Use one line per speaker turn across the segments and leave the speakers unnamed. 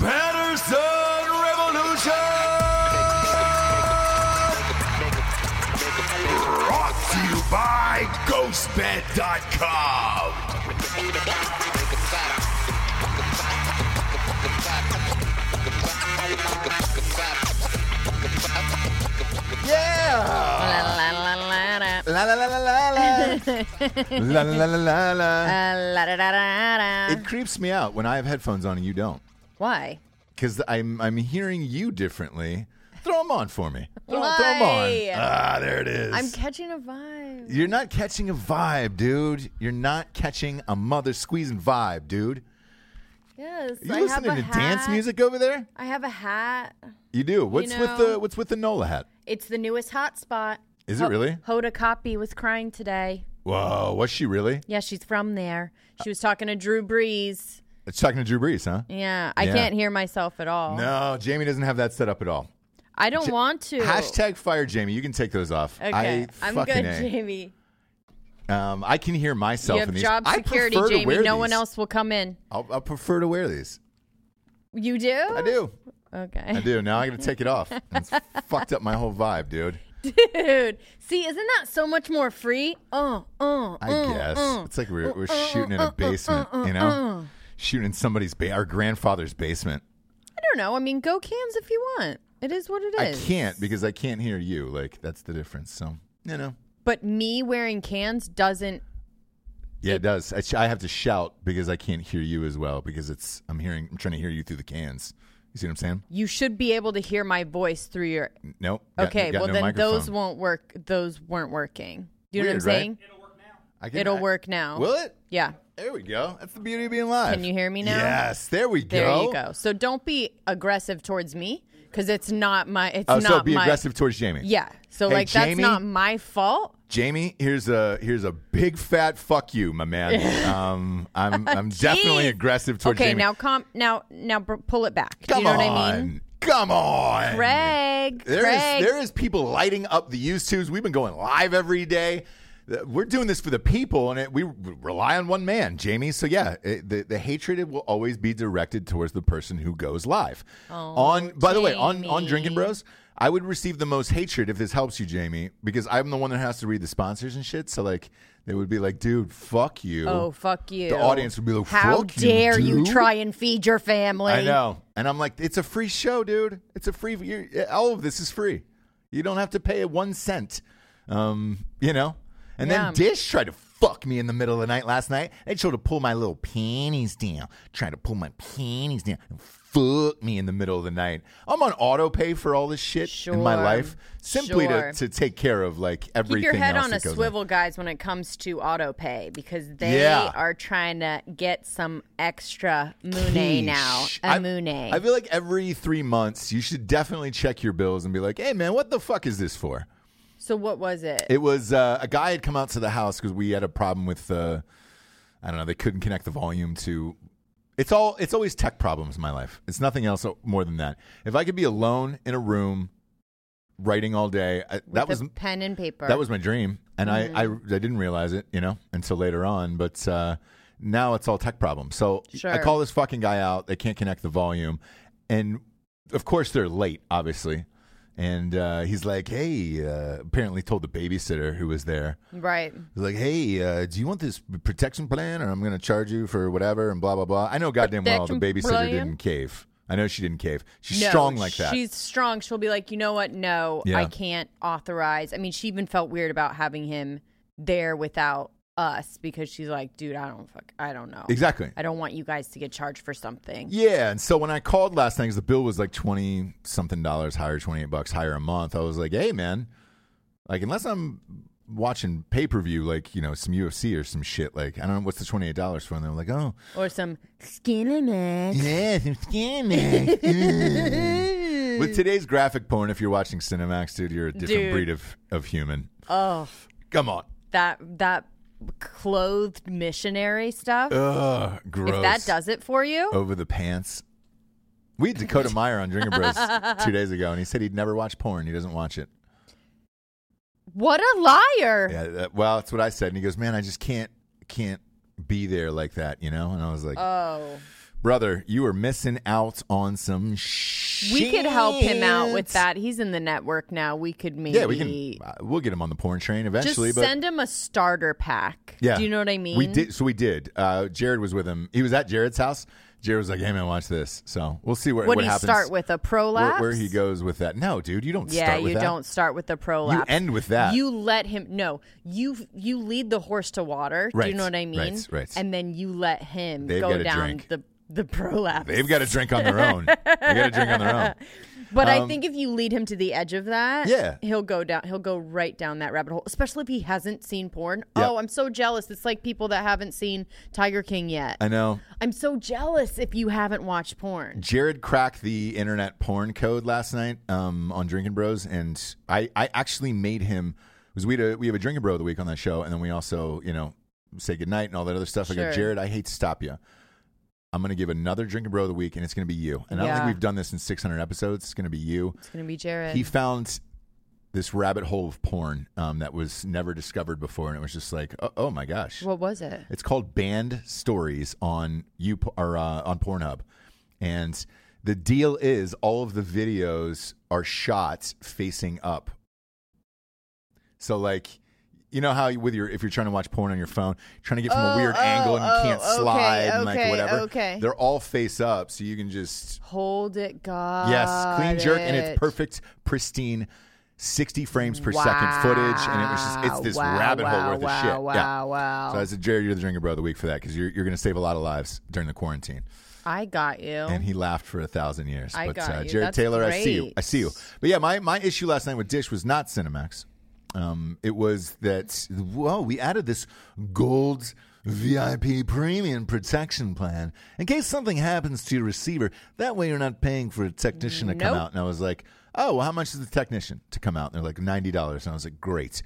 Patterson Revolution! Brought to you by GhostBed.com. Yeah! La la la la la la. la la la la la la.
Uh.
It creeps me out when I have headphones on and you don't.
Why?
Because I'm, I'm hearing you differently. Throw them on for me. Throw, throw 'em on.
Why?
Ah, there it is.
I'm catching a vibe.
You're not catching a vibe, dude. You're not catching a mother squeezing vibe, dude.
Yes.
Are you
I have
listening
a
to dance
hat.
music over there?
I have a hat.
You do. What's with
know-
the What's with the Nola hat?
It's the newest hot spot.
Is it really?
Hoda Copy was crying today.
Whoa, was she really?
Yeah, she's from there. She was talking to Drew Brees.
It's talking to Drew Brees, huh?
Yeah, I
Yeah.
can't hear myself at all.
No, Jamie doesn't have that set up at all.
I don't want to.
Hashtag fire Jamie. You can take those off.
Okay,
I
am
fucking
good,
A.
Jamie.
Um, I can hear myself
You have
in these.
job
I
security,
prefer to
Jamie.
wear
No one
these.
else will come in.
I'll, I'll prefer to wear these.
You do?
I do. I
Okay.
do. Now I got to take it off. It's fucked up my whole vibe, dude.
Dude, see, isn't that so much more free?
Uh,
Oh, oh,
I
Mm,
guess it's like we're, we're shooting in a basement,
uh,
you know,
mm.
shooting in somebody's ba- our grandfather's basement.
I don't know. I mean, go cams if you want. It is what it
I
is.
can't because I can't hear you. Like that's the difference. So you know,
But me wearing cans doesn't.
yeah, it does. I, sh- I have to shout because I can't hear you as well because it's I'm hearing I'm trying to hear you through the cans. You see what I'm saying?
You should be able to hear my voice through your.
Nope. Got-
Okay,
got
well
no
then those
microphone.
won't work. Those weren't working. Do you know
Weird,
what I'm
right?
saying?
I can-
It'll
I-
work now.
Will it?
Yeah.
There we go. That's the beauty of being live.
Can you hear me now?
Yes. There we go.
There you go. So don't be aggressive towards me because it's not my. It's
Oh,
not
so be
my.
aggressive towards Jamie.
Yeah. So
Hey,
like that's
Jamie?
not my fault.
Jamie, here's a here's a big fat fuck you, my man. um, I'm I'm definitely
Jeez.
aggressive towards
okay,
Jamie.
now com now now br- pull it back. Do
come
you know
on,
what I mean?
come on,
Craig,
There is
Craig.
there is people lighting up the YouTubes. We've been going live every day. Uh, We're doing this for the people, and it, we rely on one man, Jamie. So yeah, it, the the hatred will always be directed towards the person who goes live.
Oh,
on by the way, on on Drinking Bros, I would receive the most hatred if this helps you, Jamie, because I'm the one that has to read the sponsors and shit. So like, they would be like, "Dude, fuck you."
oh fuck you.
The audience would be like,
How
"Fuck you,
dare you,
dude."
try and feed your family?
I know. And I'm like, it's a free show, dude. It's a free. You're, all of this is free. You don't have to pay one cent. Um, you know. And
Yeah.
then Dish tried to fuck me in the middle of the night last night. They tried to pull my little panties down. Tried to pull my panties down. And fuck me in the middle of the night. I'm on auto pay for all this shit in my
Sure.
life simply
Sure.
to, to take care of like
Keep
everything.
your head
else
on
that
a
goes
swivel, guys, when it comes to auto pay because they
Yeah.
are trying to get some extra Mooney
Yeesh.
now.
I-
A Mooney.
I feel like every three months you should definitely check your bills and be like, "Hey, man, what the fuck is this for?"
So what was it?
It was uh, a guy had come out to the house because we had a problem with uh, I don't know. They couldn't connect the volume to. It's all. It's always tech problems in my life. It's nothing else more than that. If I could be alone in a room, writing all day, I, that
With
was
a pen and paper.
that was my dream, and I, I
Mm-hmm.
I didn't realize it, you know, until later on. But uh, now it's all tech problems. So I
Sure.
call this fucking guy out. They can't connect the volume, and of course they're late, obviously. And uh, he's like, "Hey," uh, apparently told the babysitter who was there.
right.
He's like, "Hey, uh, do you want this protection plan, or I'm going to charge you for whatever?" And blah blah blah. I know goddamn well the
Protection
babysitter
plan?
didn't cave. I know she didn't cave. She's
No,
strong like that.
She's strong. She'll be like, you know what? No,
Yeah.
I can't authorize. I mean, she even felt weird about having him there without us because she's like, dude, I don't fuck, I don't know.
exactly.
I don't want you guys to get charged for something.
Yeah, and so when I called last night, 'cause the bill was like twenty something dollars higher, twenty eight bucks higher a month. I was like, hey man, like unless I'm watching pay per view, like you know some UFC or some shit, like I don't know what's the twenty eight dollars for, and they're like, oh
Or some skinemax.
yeah, some Cinemax. With today's graphic porn, if you're watching Cinemax, dude, you're a different
Dude.
breed of of human.
Oh,
Come on,
that that clothed missionary stuff.
ugh, gross. Oh.
if that does it for you,
over the pants. We had Dakota Meyer on Drinking Bros two days ago, and he said he'd never watch porn. He doesn't watch it.
what a liar!
Yeah, that, well, that's what I said. And he goes, "Man, I just can't can't be there like that," you know. And I was like,
Oh,
"Brother, you are missing out on some shit."
we could help him out with that. He's in the network now. We could maybe
Yeah, we can. uh, We'll get him on the porn train eventually.
just
but
send him a starter pack.
yeah,
Do you know what I mean?
We did. So we did. Uh, Jared was with him. He was at Jared's house. Jared was like, "Hey man, watch this." So we'll see where
What,
what
do you
happens.
start with? A prolapse?
Where, where he goes with that? No, dude, you don't
Yeah,
start with
you
that.
don't start with a prolapse.
end with that.
You let him no. You you lead the horse to water. Do
Right,
you know what I mean?
right, right.
And then you let him
They've
go
gotta
down
drink.
the the prolapse.
They've got to drink on their own. they got to drink on their own.
but I think if you lead him to the edge of that,
Um, Yeah.
he'll go down. He'll go right down that rabbit hole, especially if he hasn't seen porn.
Yep.
Oh, I'm so jealous. It's like people that haven't seen Tiger King yet.
I know.
I'm so jealous if you haven't watched porn.
Jared cracked the internet porn code last night um, on Drinking Bros, and I, I actually made him because we had a, we have a Drinking Bro of the week on that show, and then we also you know say goodnight and all that other stuff. I
Sure.
go, Jared, I hate to stop you. I'm going to give another Drinking Bro of the week, and it's going to be you. And I don't think
Yeah.
we've done this in 600 episodes. It's going to be you.
It's gonna be Jared.
He found this rabbit hole of porn um, that was never discovered before, and it was just like, oh, oh my gosh.
what was it?
It's called Banned Stories on you or uh, on Pornhub, and The deal is all of the videos are shots facing up. So like you know how you- with your if you're trying to watch porn on your phone, trying to get from a
Oh,
weird
oh,
angle and you
oh,
can't
okay,
slide and like
okay,
whatever.
okay.
They're all face up, so you can just
Hold it, God.
Yes, clean jerk, and it's perfect, pristine, sixty frames per second footage, and it was just it's this
Wow,
rabbit hole
wow,
worth
wow,
of shit.
Wow,
yeah.
wow.
So I said, Jared, you're the drinker bro of the week for that because you're you're going to save a lot of lives during the quarantine.
I got you.
And he laughed for a thousand years.
I
but
got
uh,
you.
Jared
That's
Taylor, I see you.
great.
I see you. But yeah, my my issue last night with Dish was not Cinemax. Um, it was that whoa, we added this gold VIP premium protection plan in case something happens to your receiver. That way, you're not paying for a technician to come
Nope.
out. And I was like, oh, well, how much is the technician to come out? And they're like ninety dollars. And I was like, great.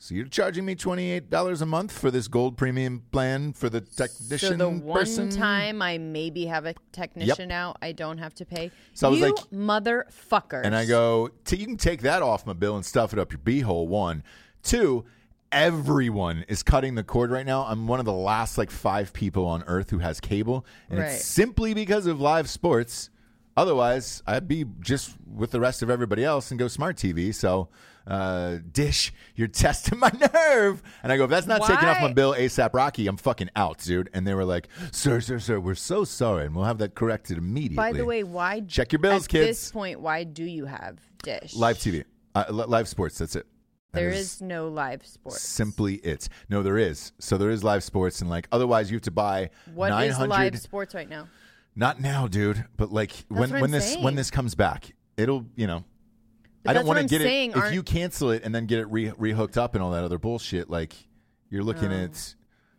So you're charging me twenty eight dollars a month for this gold premium plan for the
so
technician
the one
person?
time I maybe have a technician out, I don't have to pay.
So I was
you
like-
motherfuckers.
And I go, T- you can take that off my bill and stuff it up your beehole. One, two. Everyone is cutting the cord right now. I'm one of the last like five people on Earth who has cable, and
Right.
it's simply because of live sports. Otherwise, I'd be just with the rest of everybody else and go smart TV. So, uh, Dish, you're testing my nerve. And I go, if that's not taking off my
Why-
bill ASAP, Rocky, I'm fucking out, dude. And they were like, sir, sir, sir, we're so sorry, and we'll have that corrected immediately.
By the way, why
Check your bills,
at
kids.
this point, why do you have Dish?
Live TV, uh, li- live sports. That's it. That
There is no live sports.
simply it. No, there is. So there is live sports, and like otherwise, you have to buy
What
nine
is
hundred.
live sports right now?
Not now, dude. But like when
what I'm
when this
saying.
when this comes back, it'll you know.
But
I don't
that's what
wanna
I'm
get
saying,
it if
aren't-
you cancel it and then get it re rehooked up and all that other bullshit. Like you're looking
Oh.
at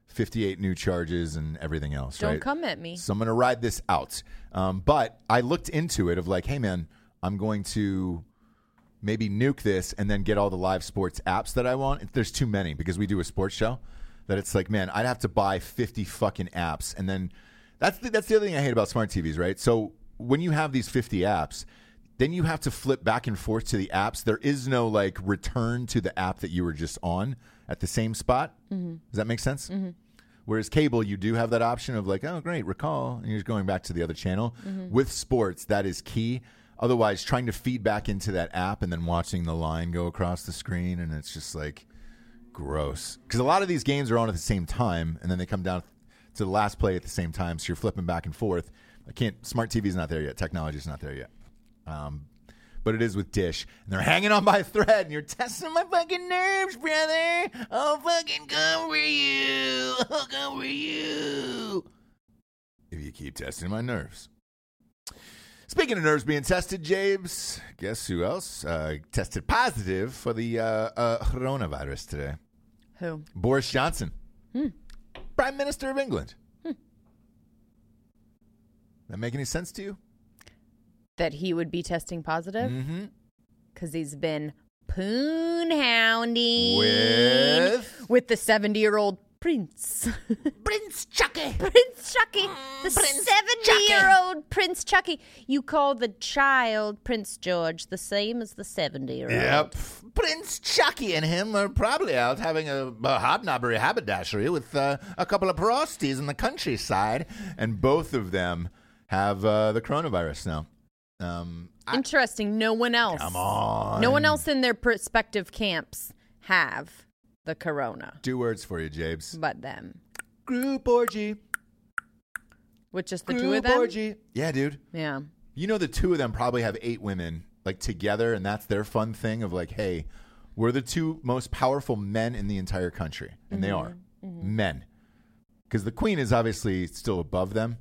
fifty eight new charges and everything else.
Don't
right?
come at me.
So I'm going to ride this out. Um, but I looked into it of like, hey man, I'm going to maybe nuke this and then get all the live sports apps that I want. There's too many because we do a sports show that it's like, man, I'd have to buy 50 fucking apps and then that's the, that's the other thing I hate about smart TVs, right? So when you have these 50 apps, then you have to flip back and forth to the apps. There is no like return to the app that you were just on at the same spot. Does that make sense? Whereas cable, you do have that option of like, oh, great, recall, and you're just going back to the other channel. With sports, that is key. Otherwise, trying to feed back into that app and then watching the line go across the screen, and it's just like gross. Because a lot of these games are on at the same time, and then they come down to the last play at the same time, so you're flipping back and forth. I can't. Smart TV's not there yet. Technology's not there yet. Um, but it is with Dish, and they're hanging on by a thread, and you're testing my fucking nerves, brother. Oh, fucking come for you. I'll come for you. If you keep testing my nerves. Speaking of nerves being tested, James, guess who else uh, tested positive for the uh, uh, coronavirus today?
Who?
Boris Johnson, Prime Minister of England. That make any sense to you?
That he would be testing positive?
Mm-hmm.
Because he's been poon hounding
With-
with the 70 year old Prince.
Prince Chucky.
Prince Chucky. The
Mm, Prince
70 year old Prince Chucky. You call the child Prince George the same as the 70 year old.
Yep. Uh, Prince Chucky and him are probably out having a, a hobnobbery haberdashery with uh, a couple of prosties in the countryside. And both of them have uh, the coronavirus now. Um, I,
Interesting. No one else.
come on.
No one else in their prospective camps have the corona
Two words for you, Jabes.
but them.
Group orgy.
With just the
Group
two of them?
orgy. Yeah, dude.
Yeah.
You know, the two of them probably have eight women like together, and that's their fun thing of like, hey, we're the two most powerful men in the entire country, and they are men, because the queen is obviously still above them,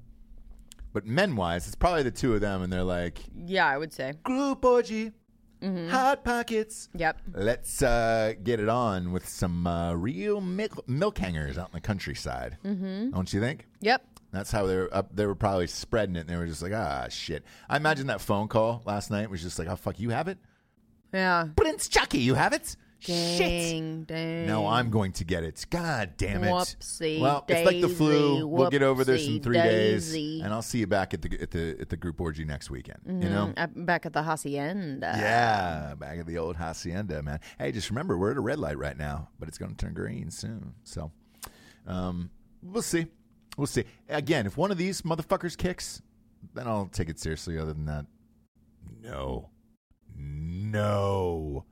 but men wise, it's probably the two of them, and they're like
Yeah, I would say.
group orgy, hot pockets.
Yep.
Let's uh, get it on with some uh, real milk, milk hangers out in the countryside, mm-hmm. don't you think?
Yep.
That's how they were up. They were probably spreading it. and They were just like, ah, shit. I imagine that phone call last night was just like, oh fuck, you have it,
Yeah.
Prince Chucky, you have it. Shit.
Dang, dang.
No, I'm going to get it. God damn it.
Whoopsie
well, it's like the flu.
daisy,
we'll get over this in
whoopsie
three
daisy. Mm-hmm.
days, and I'll see you back at the at the at the group orgy next weekend. You know.
I'm Mm, back at the hacienda.
Yeah, back at the old hacienda, man. Hey, just remember we're at a red light right now, but it's going to turn green soon. So, um, we'll see. We'll see. Again, if one of these motherfuckers kicks, then I'll take it seriously. Other than that, no, no.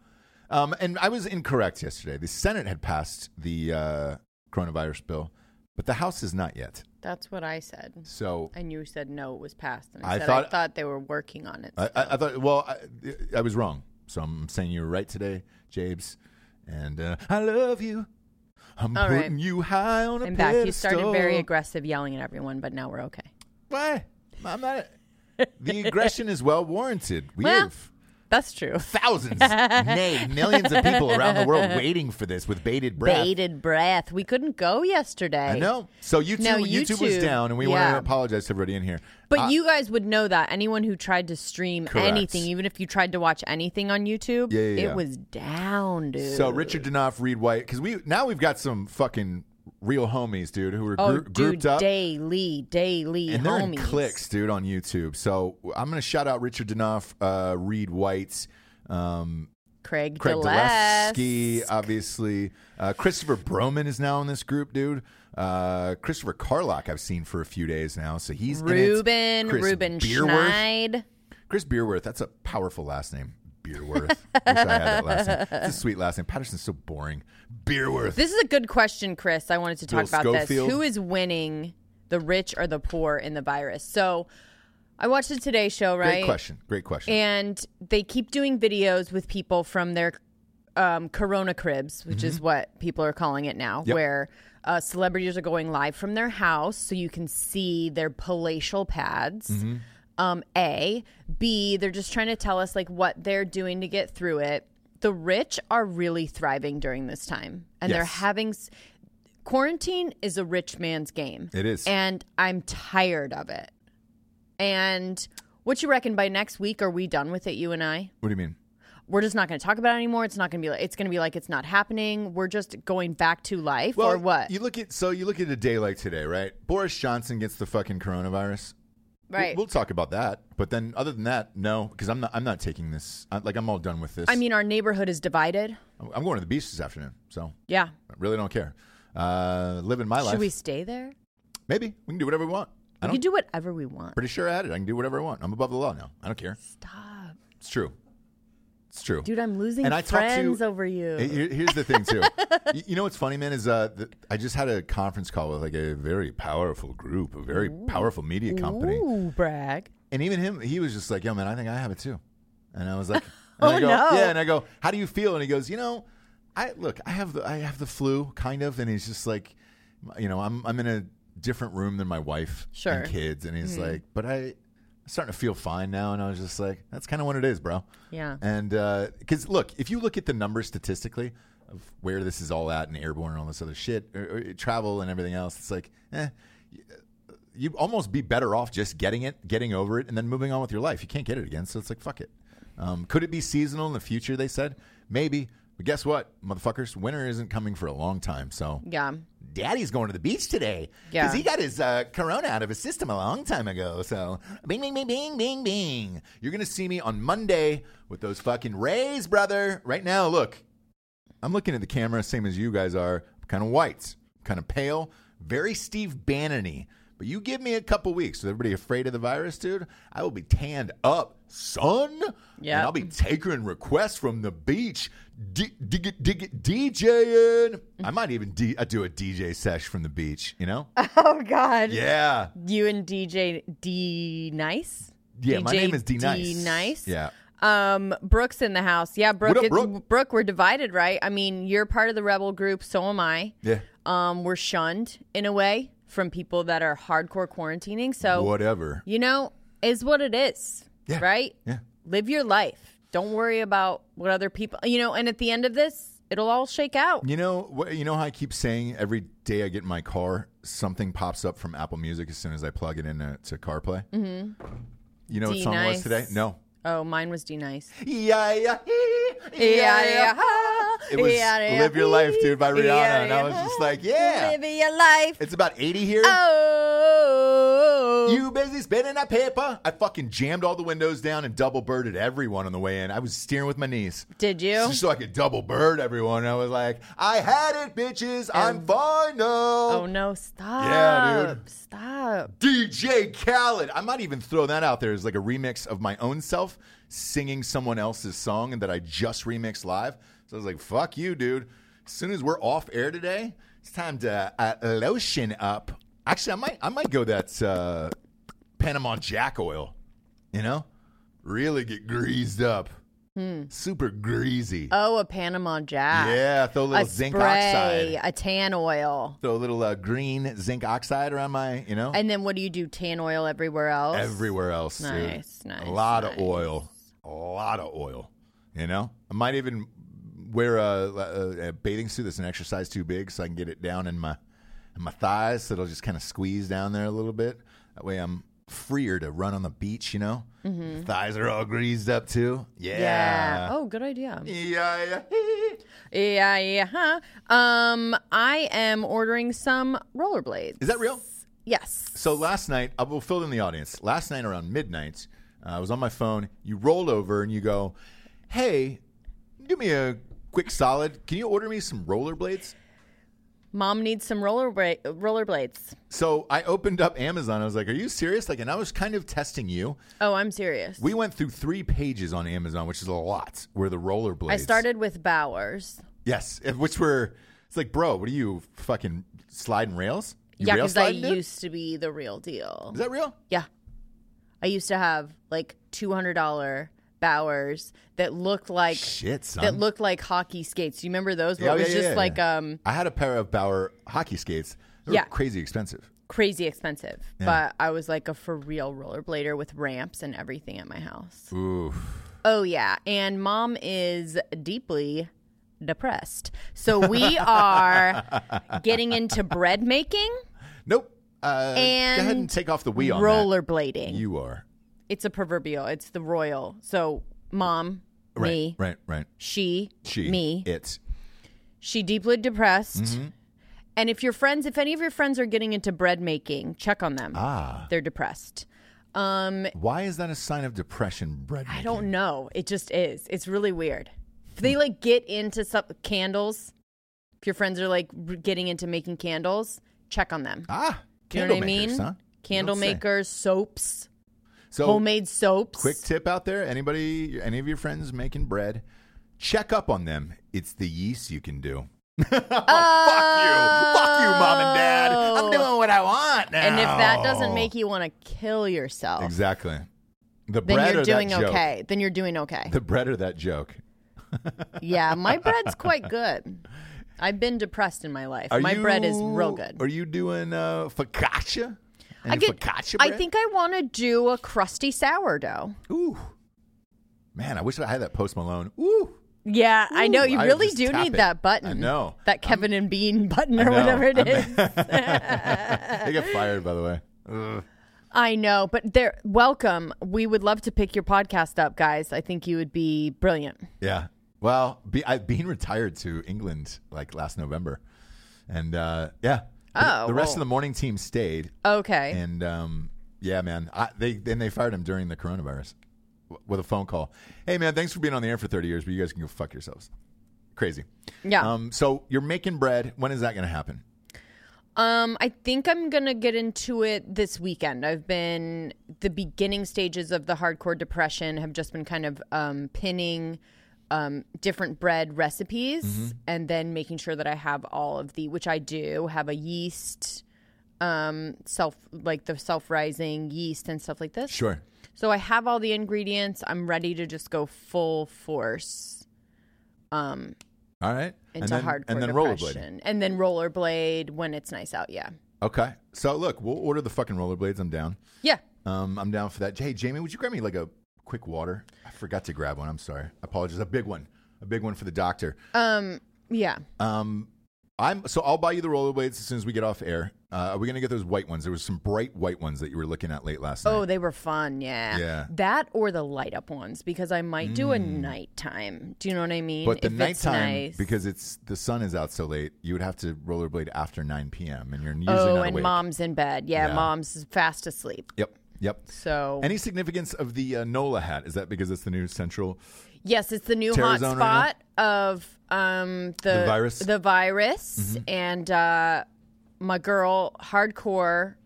Um, and I was incorrect yesterday. The Senate had passed the uh, coronavirus bill, but the House is not yet.
That's what I said.
So
And you said no, it was passed. And I,
I
said I
thought-
thought they were working on it.
I, I, I thought, well, I, I was wrong. So I'm saying you were right today, Jabes. And uh, I love you. I'm
All right.
putting you high on a
and back, you started
pedestal.
very aggressive yelling at everyone, but now we're okay.
Why? I'm not. The aggression is well warranted. We
Well-
have
That's true.
thousands, nay, millions of people around the world waiting for this with bated breath.
Bated breath. We couldn't go yesterday.
I know. So you two,
No, you
YouTube was
two-
down, and we want
yeah.
to apologize to everybody in here.
But
Uh,
you guys would know that anyone who tried to stream
Correct.
anything, even if you tried to watch anything on YouTube,
Yeah, yeah, yeah.
it was down, dude.
So Richard Danoff, Reed White, because we now we've got some fucking real homies, dude, who are
oh,
grou- grouped
dude,
up.
daily, daily,
and they're in
homies.
clicks, dude, on YouTube. So I'm gonna shout out Richard Danoff, uh, Reed White, um,
Craig,
Craig Gillespie,
Gillespie.
obviously. Uh, Christopher Broman is now in this group, dude. Uh, Christopher Carlock, I've seen for a few days now, so he's in
Ruben,
it. Chris
Ruben
Beerworth.
Schneid.
Chris Beerworth, that's a powerful last name. Beerworth. Wish I had that last name. It's a sweet last name. Patterson's so boring. Beerworth.
This is a good question, Chris. I wanted to talk
Bill
about
Schofield.
this. Who is winning, the rich or the poor, in the virus? So I watched the Today Show, right?
Great question. Great question.
And they keep doing videos with people from their um, Corona cribs, which is what people are calling it now,
Mm-hmm. Yep.
where uh, celebrities are going live from their house so you can see their palatial pads.
Mm-hmm.
Um, A. B. They're just trying to tell us like what they're doing to get through it. The rich are really thriving during this time, and they're
Yes.
having. S- Quarantine is a rich man's game.
It is.
And I'm tired of it. And what you reckon by next week are we done with it, you and I?
what do you mean?
We're just not going to talk about it anymore. It's not going to be like it's going to be like it's not happening. We're just going back to life or what?
You look at so you look at a day like today, right? Boris Johnson gets the fucking coronavirus. We'll-
right.
We'll, talk about that. But then other than that, no, because I'm not I'm not taking this. I, like I'm all done with this.
I mean, our neighborhood is divided.
I'm going to the beach this afternoon, so
Yeah.
I really don't care. Uh living my life.
Should we stay there?
Maybe. We can do whatever we want. I
We
don't
can do whatever we want.
pretty sure I had it. I can do whatever I want. I'm above the law now. I don't care.
Stop.
It's true. It's true.
Dude, I'm losing
And I talked to-
friends over you.
Hey, here- here's the thing too. you, you know what's funny, man, is uh, th- I just had a conference call with like a very powerful group, a very powerful media company,
Ooh, brag.
and even him, he was just like, "Yo, man, I think I have it too," and I was like,
Oh,
and I go,
no.
yeah," and I go, "How do you feel?" And he goes, "You know, I look, I have the I have the flu, kind of," and he's just like, "You know, I'm I'm in a different room than my wife
Sure. Mm-hmm.
and kids," and he's like, "But I." I'm starting to feel fine now, and I was just like, "That's kind of what it is, bro."
Yeah.
And because look, if you look at the numbers statistically of where this is all at and airborne and all this other shit, or, or travel and everything else, it's like, eh, you'd almost be better off just getting it, getting over it, and then moving on with your life. You can't get it again, so it's like, fuck it. Um, could it be seasonal in the future? They said maybe, but guess what, motherfuckers? Winter isn't coming for a long time, so
Yeah.
Daddy's going to the beach today
Yeah.
because he got his uh, corona out of his system a long time ago. So, bing, bing, bing, bing, bing, bing. You're going to see me on Monday with those fucking rays, brother. Right now, look, I'm looking at the camera, same as you guys are. Kind of white, kind of pale, very Steve Bannon But you give me a couple weeks with everybody afraid of the virus, dude. I will be tanned up, son.
Yeah.
And I'll be taking requests from the beach, D- dig it, dig it, DJing. I might even D- I do a DJ sesh from the beach, you know?
Oh God.
yeah.
You and DJ D Nice.
Yeah, my
DJ
name is D Nice.
D-Nice?
Yeah.
Um, Brooks in the house. Yeah, Brooke,
What up,
it's,
Brooke?
Brooke. We're divided, right? I mean, you're part of the rebel group, so am I.
Yeah.
Um, we're shunned in a way from people that are hardcore quarantining.
Oh.
So
Whatever.
you know, is what it is,
Yeah.
right?
Yeah.
Live your life. Don't worry about what other people, you know. And at the end of this, it'll all shake out.
You know, wh- you know how I keep saying every day I get in my car, something pops up from Apple Music as soon as I plug it in uh, to CarPlay. Mm-hmm. You know what
D
song it was
nice.
today? No.
Oh, mine was D nice.
Yeah, yeah, yeah, It
It
was "Live Your Life, Dude" by Rihanna, and I was just like, yeah.
live your life.
It's about eighty here.
Oh, you.
You busy spinning that paper? I fucking jammed all the windows down and double birded everyone on the way in. I was steering with my knees.
Did you?
Just so I could double bird everyone. I was like, I had it, bitches. I'm
Um,
final.
Oh no! Stop.
Yeah, dude.
Stop.
DJ Khaled. I might even throw that out there as like a remix of my own self singing someone else's song and that I just remixed live. So I was like, fuck you, dude. As soon as we're off air today, it's time to uh, lotion up. Actually, I might I might go that uh, Panama Jack oil, you know? Really get greased up. Super greasy.
Hmm. Oh, a Panama Jack.
yeah, throw a little
A
zinc
spray,
oxide.
a tan oil,
Throw a little uh, green zinc oxide around my, you know?
and then what do you do? Tan oil everywhere else.
everywhere else. dude.
Nice, nice,
A lot of
nice.
oil. A lot of oil. You know, I might even wear a, a, a bathing suit that's an exercise too big, so I can get it down in my in my thighs, so it'll just kind of squeeze down there a little bit. That way, I'm freer to run on the beach. You know,
Mm-hmm.
thighs are all greased up too.
Yeah.
Yeah.
Oh, good idea.
Yeah.
Yeah, yeah. huh. Um, I am ordering some rollerblades.
Is that real?
Yes.
So last night, I will fill in the audience. Last night around midnight, uh, I was on my phone. You rolled over and you go, "Hey, do me a quick solid. Can you order me some rollerblades?"
Mom needs some roller bra- rollerblades.
So I opened up Amazon. I was like, "Are you serious?" Like, and I was kind of testing you.
Oh, I'm serious.
We went through three pages on Amazon, which is a lot. Where the rollerblades?
I started with Bowers.
Yes, and which were. It's like, bro, what are you fucking sliding rails? You
yeah,
rail
because I
sliding, dude?
used to be the real deal.
Is that real?
Yeah. I used to have like $200 Bowers that looked like
Shit, son.
that looked like hockey skates. You remember those? Where
Yeah,
it was
yeah,
just
yeah,
like
yeah.
um
I had a pair of Bauer hockey skates. They were
Yeah.
crazy expensive.
crazy expensive, but I was like a for real rollerblader with ramps and everything at my house.
Oof.
Oh yeah, and mom is deeply depressed. So we are getting into bread making,
Nope. Uh, go ahead and
And
take off the we on that.
rollerblading.
You are
It's a proverbial. It's the royal. So mom,
right,
me,
right, right.
she,
She,
me,
it.
She deeply depressed.
Mm-hmm.
And if your friends, if any of your friends are getting into bread making, check on them.
Ah,
They're depressed. Um,
why is that a sign of depression? Bread.
I don't know. It just is. It's really weird. If they like get into some candles, if your friends are like r- getting into making candles, check on them.
Ah,
you know
candle
what I mean?
makers, huh?
Candle
Don't say.
makers, soaps,
So,
homemade soaps.
quick tip out there: anybody, any of your friends making bread, check up on them. It's the yeast you can do. Fuck you, fuck you, mom and dad. I'm
Oh.
doing what I want now.
And if that doesn't make you want to kill yourself,
exactly, the
then
bread
you're
or
doing
that joke.
okay. Then you're doing okay.
The bread or that joke.
Yeah, my bread's quite good. I've been depressed in my life.
Are
my bread is
you-
real good.
Are you doing uh, focaccia? Any
I get-
focaccia
I
bread?
think I want to do a crusty sourdough.
Ooh, man, I wish I had that Post Malone. Ooh,
Yeah, I know
Ooh,
you
I
really
just
do
tap
need
it.
that button.
I know.
that Kevin and Bean button
I
or
know.
whatever it
I'm-
is.
they got fired, by the way. Ugh.
I know, but they're welcome. We would love to pick your podcast up, guys. I think you would be brilliant.
Yeah. Well, be, I, Bean retired to England like last November, and uh, yeah, the,
Oh,
the rest
well.
of the morning team stayed,
Okay,
and um, yeah, man, I, they then they fired him during the coronavirus w- with a phone call. Hey, man, thanks for being on the air for thirty years, but you guys can go fuck yourselves. Crazy.
yeah. Um,
Um, so you're making bread. When is that going to happen?
Um, I think I'm gonna get into it this weekend. I've been the beginning stages of the hardcore depression have just been kind of um, pinning. um, different bread recipes
Mm-hmm.
and then making sure that I have all of the, which I do, have a yeast, um, self, like the self rising yeast and stuff like this.
Sure.
So I have all the ingredients. I'm ready to just go full force
All right.
into hardcore
and then rollerblading.
depression. And then rollerblade when it's nice out. Yeah.
Okay. So look, we'll order the fucking rollerblades. I'm down.
Yeah.
Um, I'm down for that. Hey, Jamie, would you grab me like a quick water? I forgot to grab one. I'm sorry. I apologize. A big one. A big one for the doctor.
Um, yeah.
Um, I'm so I'll buy you the rollerblades as soon as we get off air. Uh, are we gonna get those white ones? There was some bright white ones that you were looking at late last night.
Oh, they were fun. Yeah.
Yeah. Mm.
That or the light up ones because I might do a nighttime. Do you know what I mean?
But the
If it's
nighttime,
nice.
because it's the sun is out so late, you would have to rollerblade after 9 p.m. and you're usually
Oh,
not
and
awake.
mom's in bed. Yeah,
Yeah.
mom's fast asleep.
Yep, yep.
So
Any significance of the uh, NOLA hat? Is that because it's the new central?
yes, it's the new
Terror
hot
zone right
spot of um the,
The virus? Mm-hmm.
The virus and uh, my girl, hardcore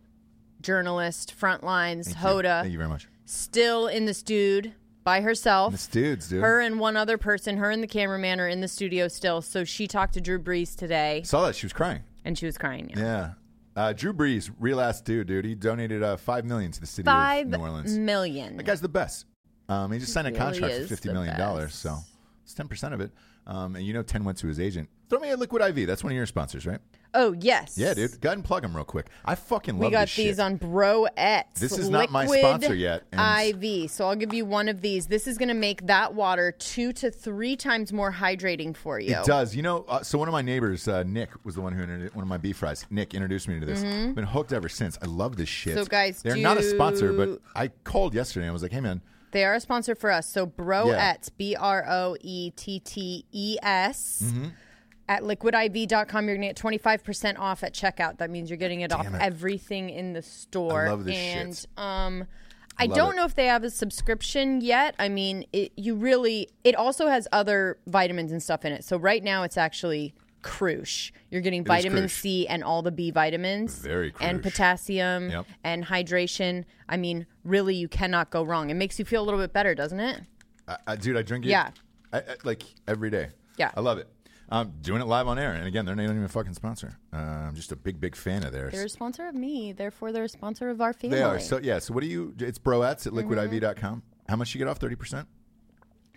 journalist, frontlines, Hoda,
Thank you very much.
still in the dude by herself.
It's dudes, dude.
Oh, Her and one other person, her and the cameraman, are in the studio still. So she talked to Drew Brees today,
Saw that she was crying.
and she was crying. Yeah.
Yeah. Uh, Drew Brees, real ass dude, dude. He donated uh, five million to the city
Five
of New Orleans.
million.
That guy's the best. Um, he just signed a
really
contract for
is
fifty
the
million dollars,
best.
so it's ten percent of it. Um, and you know, ten went to his agent. Throw me a Liquid IV. That's one of your sponsors, right?
Oh yes.
Yeah, dude. Go ahead and plug them real quick. I fucking love
We got
this
these
shit.
on Broettes.
This is not my
Liquid
sponsor yet, and-
IV. So I'll give you one of these. This is going to make that water two to three times more hydrating for you.
It does. You know, uh, so one of my neighbors, uh, Nick, was the one who introduced one of my beef fries. Nick introduced me to this. I've been hooked ever since. I love this shit.
Mm-hmm. So, guys,
they're not a sponsor, but
do-
I called yesterday and I was like, hey, man,
They are a sponsor for us. So
Yeah.
Broettes, B R O E T T E S.
Mm-hmm.
At liquidiv.com, you're going to get 25% off at checkout. That means you're getting it off
Damn it.
everything in the store.
I love this
and
shit.
um I
Love
don't
it.
know if they have a subscription yet. I mean, it, you really it also has other vitamins and stuff in it. So right now it's actually Crush. You're getting vitamin
Krush.
C and all the B vitamins
Very
and
Krush.
potassium potassium
Yep.
and hydration. I mean, really, you cannot go wrong. It makes you feel a little bit better, doesn't it?
I, I, dude, I drink it
Yeah.
I, I, like every day.
Yeah.
I love it. I'm doing it live on air. And again, they're not even a fucking sponsor. Uh, I'm just a big, big fan of theirs.
They're a sponsor of me, therefore they're a sponsor of our family.
they are. So, yeah. So, what do you, it's broats at
Mm-hmm.
liquidiv.com. How much you get off? 30%?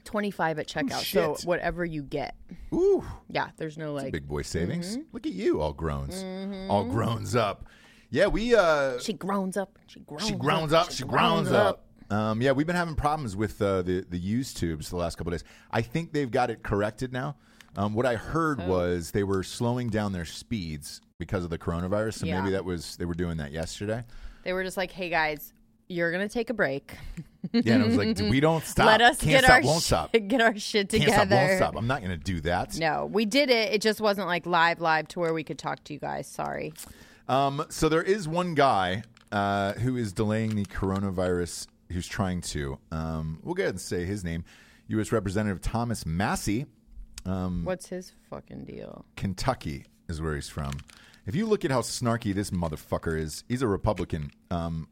Twenty-five at checkout.
Oh, shit.
so whatever you get,
Ooh.
yeah. There's no like
Big boy savings.
Mm-hmm.
Look at you, all groans. All groans up. Yeah, we, uh,
she groans up. She groans.
She grounds up. She grounds up. Um, yeah, we've been having problems with uh, the the used tubes the last couple of days. I think they've got it corrected now. Um, what I heard
Oh.
was they were slowing down their speeds because of the coronavirus. So
Yeah.
maybe that was they were doing that yesterday.
They were just like, "Hey guys, you're gonna take a break.
Yeah, and I was like, "Do we don't stop.
Let us
Can't
get
stop,
our
won't
sh-
stop.
get our shit
Can't
together."
stop, won't stop. I'm not going to do that.
No, we did it. It just wasn't like live, live to where we could talk to you guys. Sorry.
Um, so there is one guy uh, who is delaying the coronavirus. Who's trying to? Um, we'll go ahead and say his name. U.S. Representative Thomas Massey. Mm.
What's his fucking deal?
Kentucky is where he's from. If you look at how snarky this motherfucker is, he's a Republican. Um,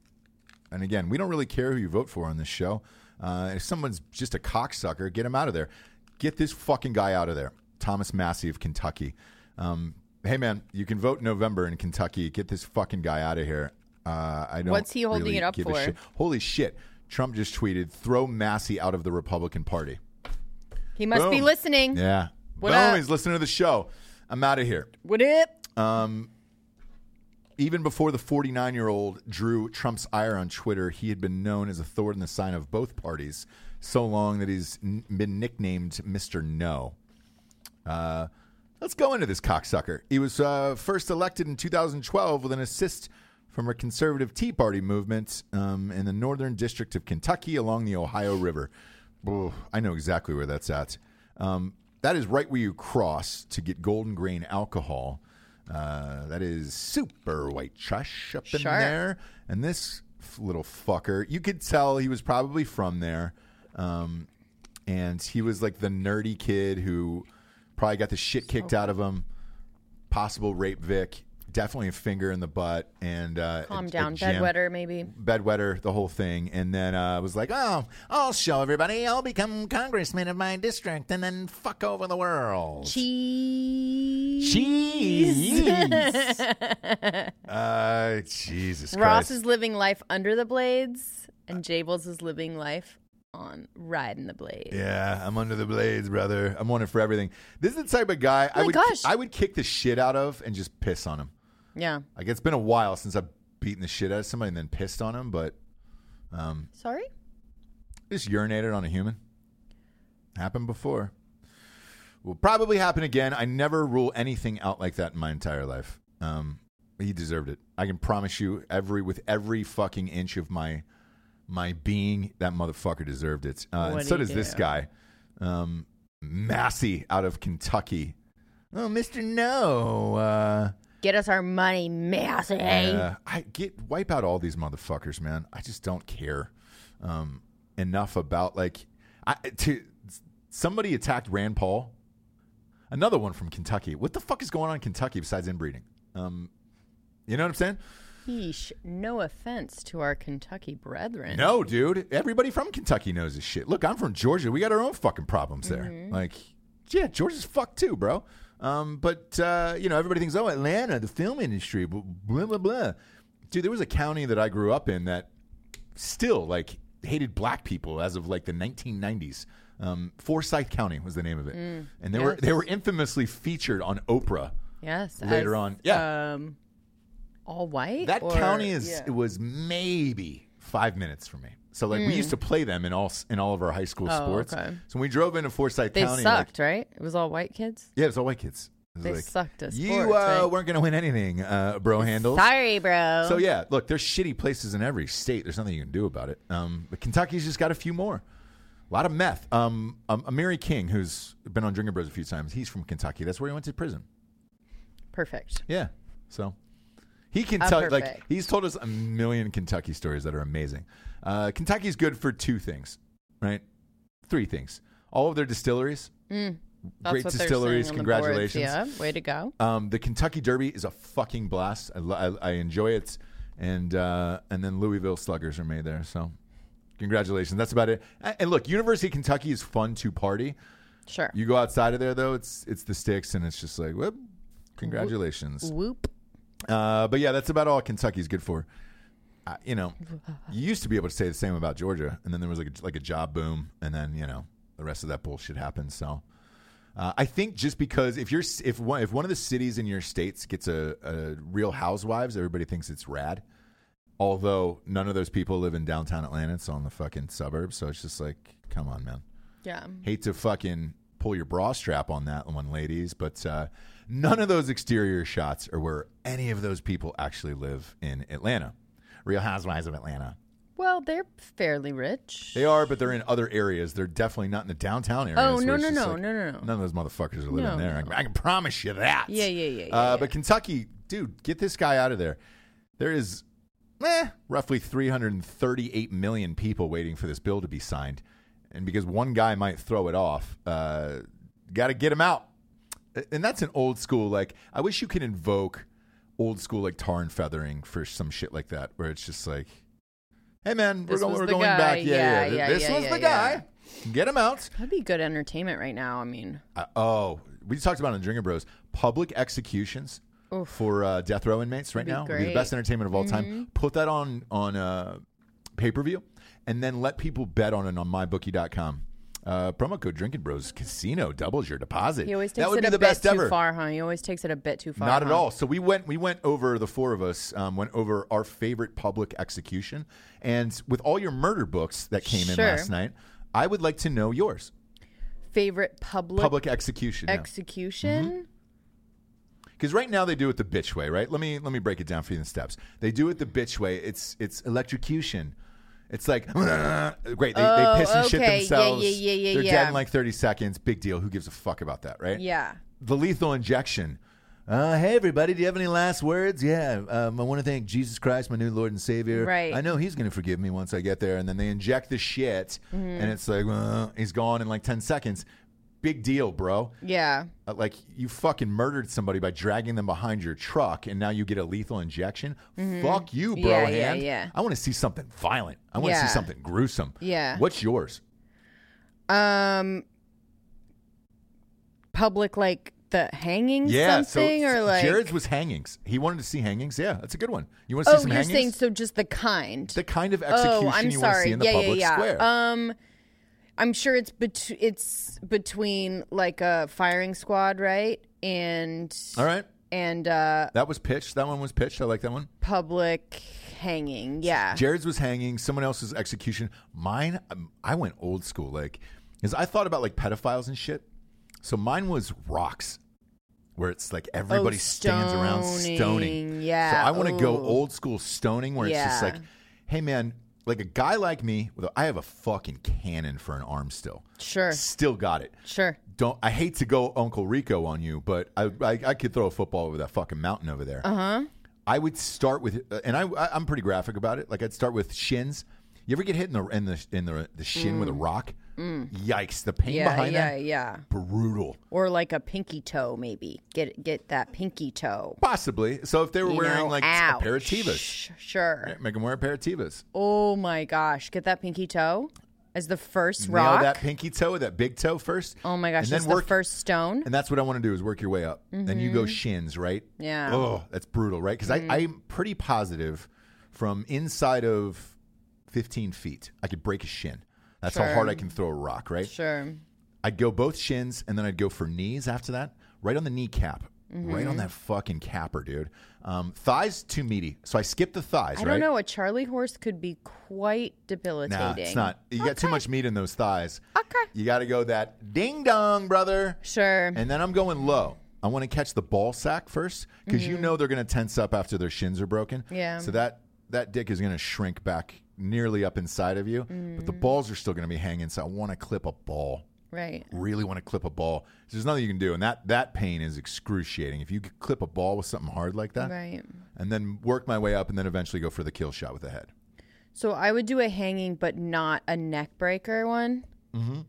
and again, we don't really care who you vote for on this show. Uh, if someone's just a cocksucker, get him out of there. Get this fucking guy out of there. Thomas Massey of Kentucky. Um, hey, man, you can vote in November in Kentucky. Get this fucking guy out of here. Uh, I don't.
What's he holding
really
it up
give a
for?
shit. Holy shit! Trump just tweeted, "Throw Massey out of the Republican Party."
He must be
Boom.
listening.
Yeah.
Mm-hmm. What
Boom,
up?
he's listening to the show. I'm out of here.
What up?
Even before the 49 year old drew Trump's ire on Twitter, he had been known as a thorn in the side of both parties so long that he's n- been nicknamed Mr. No. Uh, let's go into this cocksucker. He was uh, first elected in 2012 with an assist from a conservative Tea Party movement um, in the northern district of Kentucky along the Ohio River. Ooh, I know exactly where that's at. Um, that is right where you cross to get golden grain alcohol. Uh, that is super white trash up in
Sure.
there. And this f- little fucker, you could tell he was probably from there. Um, and he was like the nerdy kid who probably got the shit kicked out of him. Possible rape Vic, definitely a finger in the butt, and uh,
Calm
a- a
down,
gym-
bedwetter, maybe.
bedwetter, the whole thing, and then uh, was like, "Oh, I'll show everybody. I'll become congressman of my district, and then fuck over the world."
Cheese.
Cheese. uh, Jesus
Ross
Christ.
is living life under the blades, and Jables is living life on riding the blades.
Yeah, I'm under the blades, brother. I'm wanted for everything. This is the type of guy I
My
would
gosh.
I would kick the shit out of and just piss on him.
Yeah.
Like it's been a while since I've beaten the shit out of somebody and then pissed on him, but
Sorry.
just urinated on a human. Happened before. will probably happen again. I never rule anything out like that in my entire life. Um, he deserved it. I can promise you, every with every fucking inch of my my being, that motherfucker deserved it. Uh, and
What'd
so
he
does this
do?
guy, um, Massey out of Kentucky. Oh, Mister No. Uh,
Get us our money, massive.
uh, I get wipe out all these motherfuckers, man. I just don't care um, enough about like I, to somebody attacked Rand Paul. Another one from Kentucky. What the fuck is going on in Kentucky besides inbreeding? Um, you know what I'm saying?
Yeesh. No offense to our Kentucky brethren.
No, dude. Everybody from Kentucky knows this shit. Look, I'm from Georgia. We got our own fucking problems there. Like, yeah, Georgia's fucked too, bro. Um, but uh, you know, everybody thinks, oh, Atlanta, the film industry, blah blah blah, blah. Dude, there was a county that I grew up in that still like hated black people as of like the 1990s. Um, Forsyth County was the name of it, and they were they were infamously featured on Oprah.
Yes.
Later
as,
on. Yeah.
Um, all white.
That
or-
county is
yeah.
it was maybe five minutes from me. So like we used to play them in all s- in all of our high school
Hmm. Oh,
sports.
okay.
So when we drove into Forsyth
They
County, like-
sucked, right? It was all white kids.
yeah, it was all white kids. It was
They
like,
sucked at
You
sports,
uh,
right?"
weren't going to win anything, uh, bro handles.
Sorry, bro.
So yeah, look, there's shitty places in every state. There's nothing you can do about it. Um, but Kentucky's just got a few more. A lot of meth. Um, um, Amiri King, who's been on Drinking Bros a few times, he's from Kentucky. That's where he went to prison.
Perfect.
Yeah. So he can
I'm
tell like
perfect.
he's told us a million Kentucky stories that are amazing. Uh, Kentucky's good for two things, right? Three things. All of their distilleries.
Mm. That's
Great
what they're
distilleries,
saying on the boards.
congratulations.
Yeah, way to go.
Um, the Kentucky Derby is a fucking blast. I, lo- I, I enjoy it, and uh, and then Louisville Sluggers are made there. So, congratulations. That's about it. A- And look, University of Kentucky is fun to party.
Sure.
You go outside of there though, it's it's the sticks, and it's just like, whoop, congratulations.
Whoop.
Uh, but yeah, that's about all Kentucky's good for. Uh, you know, you used to be able to say the same about Georgia, and then there was like a, like a job boom, and then you know the rest of that bullshit happened. So uh, I think just because if you're if one if one of the cities in your states gets a, a Real Housewives, everybody thinks it's rad. Although none of those people live in downtown Atlanta, it's on the fucking suburbs. So it's just like, come on, man
Yeah.
hate to fucking pull your bra strap on that one, ladies, but uh, none of those exterior shots are where any of those people actually live in Atlanta. Real Housewives of Atlanta.
Well, they're fairly rich.
They are, but they're in other areas. They're definitely not in the downtown areas.
Oh,
where
no,
it's
no,
just
no, no, no, no.
None of those motherfuckers are living
No,
there. I, I can promise you that.
Yeah, yeah, yeah, yeah,
uh,
yeah.
But Kentucky, dude, get this guy out of there. There is eh, roughly 338 million people waiting for this bill to be signed. And because one guy might throw it off, uh, got to get him out. And that's an old school, like, I wish you could invoke old school, like, tar and feathering for some shit like that, where it's just like, hey, man, we're,
This
going,
was
we're
the
going
guy.
back. Yeah, yeah,
Yeah, yeah,
This
yeah,
was
yeah,
the
yeah.
guy. Get him out.
That'd be good entertainment right now. I mean,
Uh, oh, we talked about it on Drinking Bros. Public executions for uh, death row inmates right
Be
now would be the
great. Mm-hmm.
best entertainment of all time. Put that on on uh, pay per view, and then let people bet on it on mybookie.com. Uh, promo code Drinking Bros Casino doubles your deposit.
he always takes
that would
it
be
a
the
bit
best
too
ever.
far, huh? He always takes it a bit too far.
Not at
huh?
all. So we went we went over the four of us um, went over our favorite public execution, and with all your murder books that came in
Sure.
last night, I would like to know yours.
Favorite public,
Public execution. yeah.
execution?
Because right now they do it the bitch way, right? Let me let me break it down for you in steps. They do it the bitch way. It's it's electrocution. It's like great. They,
Oh,
they piss and shit
okay. Yeah,
themselves.
yeah, yeah, yeah,
They're
yeah.
dead in like thirty seconds. Big deal. Who gives a fuck about that, right?
Yeah.
The lethal injection. Uh, hey everybody, do you have any last words? Yeah, um, I want to thank Jesus Christ, my new Lord and Savior.
Right.
I know He's going to forgive me once I get there. And then they inject the shit,
Mm-hmm.
and it's like uh, he's gone in like ten seconds. Big deal, bro.
Yeah.
Uh, like you fucking murdered somebody by dragging them behind your truck and now you get a lethal injection fuck you bro
Mm-hmm. Yeah, yeah,
hand
yeah.
i want to see something violent i want to
Yeah.
see something gruesome
Yeah.
what's yours
Um, public like the hanging
yeah
something
so
or like.
jared's was hangings he wanted to see hangings yeah that's a good one you want to see
oh,
some
you're
hangings
saying so just the kind.
the kind of execution
oh, I'm
you want to
sorry.
see in the
yeah,
public
yeah, yeah.
square
Um, I'm sure it's bet- it's between like a firing squad, right, and
all right
and uh,
that was pitched that one was pitched i like that one
public hanging. Yeah.
Jared's was hanging, someone else's execution. Mine, um, I went old school, like, because I thought about like pedophiles and shit. So mine was rocks, where it's like everybody stands around stoning.
Oh, stoning. Yeah.
So I want to go
Ooh.
old school stoning, where it's just
Yeah.
like, hey man, like a guy like me, with a- I have a fucking cannon for an arm still.
Sure.
Still got it.
Sure.
Don't I hate to go Uncle Rico on you, but I I, I could throw a football over that fucking mountain over there. Uh
Uh-huh.
huh. I would start with, and I I- I'm pretty graphic about it. Like I'd start with shins. You ever get hit in the in the in the, the shin with a rock? Yikes! The pain
Mm. Yeah,
behind
yeah,
that
yeah.
brutal.
Or like a pinky toe, maybe. Get get that pinky toe.
Possibly. So if they were
You
wearing
know?
like
Ouch.
a pair of Tevas,
Sh- Sure.
make them wear a pair of Tevas.
Oh my gosh. Get that pinky toe as the first
Nail
rock.
that pinky toe, that big toe first.
oh my gosh.
and
That's
then
the
work.
first stone.
and that's what I want to do is work your way up. Then you
Mm-hmm.
go shins, right?
Yeah. Mm-hmm.
Oh, that's brutal, right? Because I I'm pretty positive from inside of 15 feet, I could break a shin. That's how
Sure.
hard I can throw a rock, right?
Sure.
I'd go both shins and then I'd go for knees after that, right on the kneecap, right
Mm-hmm.
on that fucking capper, dude. Um, thighs too meaty, so I skip the thighs.
I
right?
don't know. A Charlie horse could be quite debilitating.
Nah, it's not. You got too much meat in those thighs.
Okay.
You got to go that ding dong, brother.
Sure.
And then I'm going low. I want to catch the ball sack first because you know they're going to tense up after their shins are broken.
Mm-hmm. Yeah.
So that that dick is going to shrink back nearly up inside of you, but
Mm.
the balls are still going to be hanging. So I want to clip a ball.
right.
Really want to clip a ball. There's nothing you can do, and that that pain is excruciating. If you could clip a ball with something hard like that,
Right.
and then work my way up, and then eventually go for the kill shot with the head.
So I would do a hanging, but not a neck breaker one. Mm-hmm.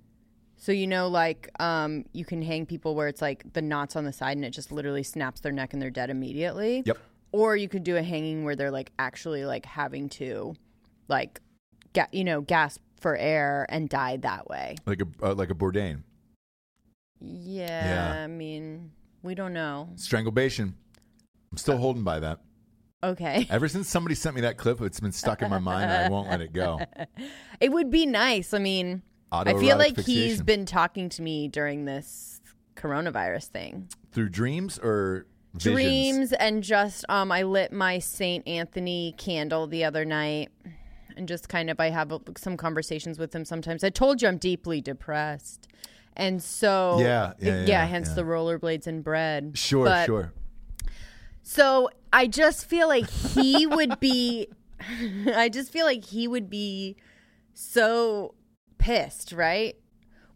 So you know, like um, you can hang people where it's like the knots on the side, and it just literally snaps their neck, and they're dead immediately.
Yep.
Or you could do a hanging where they're like actually like having to, like, ga- you know, gasp for air and die that way.
Like a uh, like a Bourdain.
Yeah.
Yeah.
I mean, we don't know.
Strangulation. I'm
Uh.
still holding by that.
Okay.
Ever since somebody sent me that clip, it's been stuck in my mind. and I won't let it go.
It would be nice. I mean, I
Autoerotic
feel like he's
fixation.
been talking to me during this coronavirus thing.
through dreams or visions?
Dreams and just um I lit my Saint Anthony candle the other night and just kind of I have uh, some conversations with him sometimes. I told you I'm deeply depressed. And so
Yeah, yeah, yeah,
hence
yeah.
the rollerblades and bread.
Sure,
But-
sure.
So I just feel like he would be I just feel like he would be so pissed, right?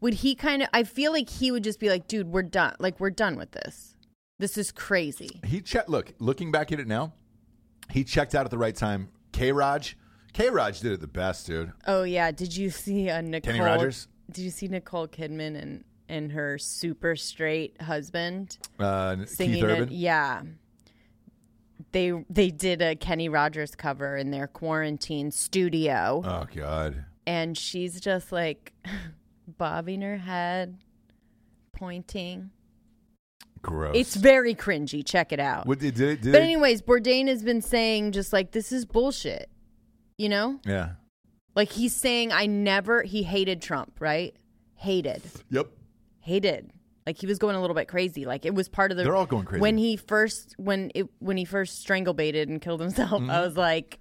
Would he kind of I feel like he would just be like, dude, we're done. Like we're done with this. This is crazy.
He checked. Look, looking back at it now, he checked out at the right time. K. Raj, K. Raj did it the best, dude.
Oh yeah, did you see uh, Nicole?
Rogers?
Did you see Nicole Kidman and and her super straight husband
Uh, Keith
singing it?
Urban.
Yeah. They they did a Kenny Rogers cover in their quarantine studio,
Oh God.
and she's just like bobbing her head, pointing.
Gross.
It's very cringy. Check it out.
What did, did, it- did
but
it-
anyways, Bourdain has been saying just like this is bullshit. You know,
Yeah.
like he's saying I never. He hated Trump, right? Hated.
Yep.
hated. Like he was going a little bit crazy. Like it was part of the.
They're all going crazy.
When he first when it when he first strangle baited and killed himself,
Mm-hmm.
I was like,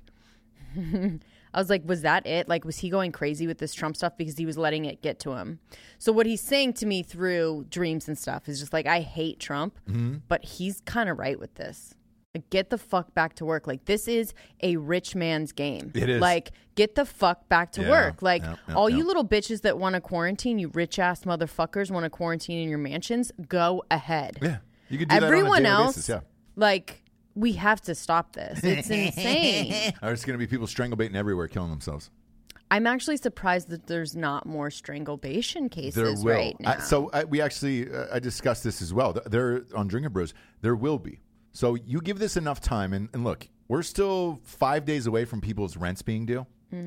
I was like, was that it? Like, was he going crazy with this Trump stuff because he was letting it get to him? So what he's saying to me through dreams and stuff is just like, I hate Trump,
Mm-hmm.
but he's kind of right with this. Like, get the fuck back to work. Like this is a rich man's game.
It is.
Like get the fuck back to
Yeah.
work. Like
Yeah, yeah,
all
yeah.
you little bitches that want to quarantine, you rich ass motherfuckers want to quarantine in your mansions, go ahead.
Yeah. You could do
Everyone
that on a daily
else,
Basis. Yeah.
like, we have to stop this. It's insane.
There's going to be people strangle baiting everywhere, killing themselves.
I'm actually surprised that there's not more strangulation cases
There will.
right now.
I- so I, we actually uh, I discussed this as well. Th- There on Drinker Bros, there will be. So you give this enough time, and, and look, we're still five days away from people's rents being due. There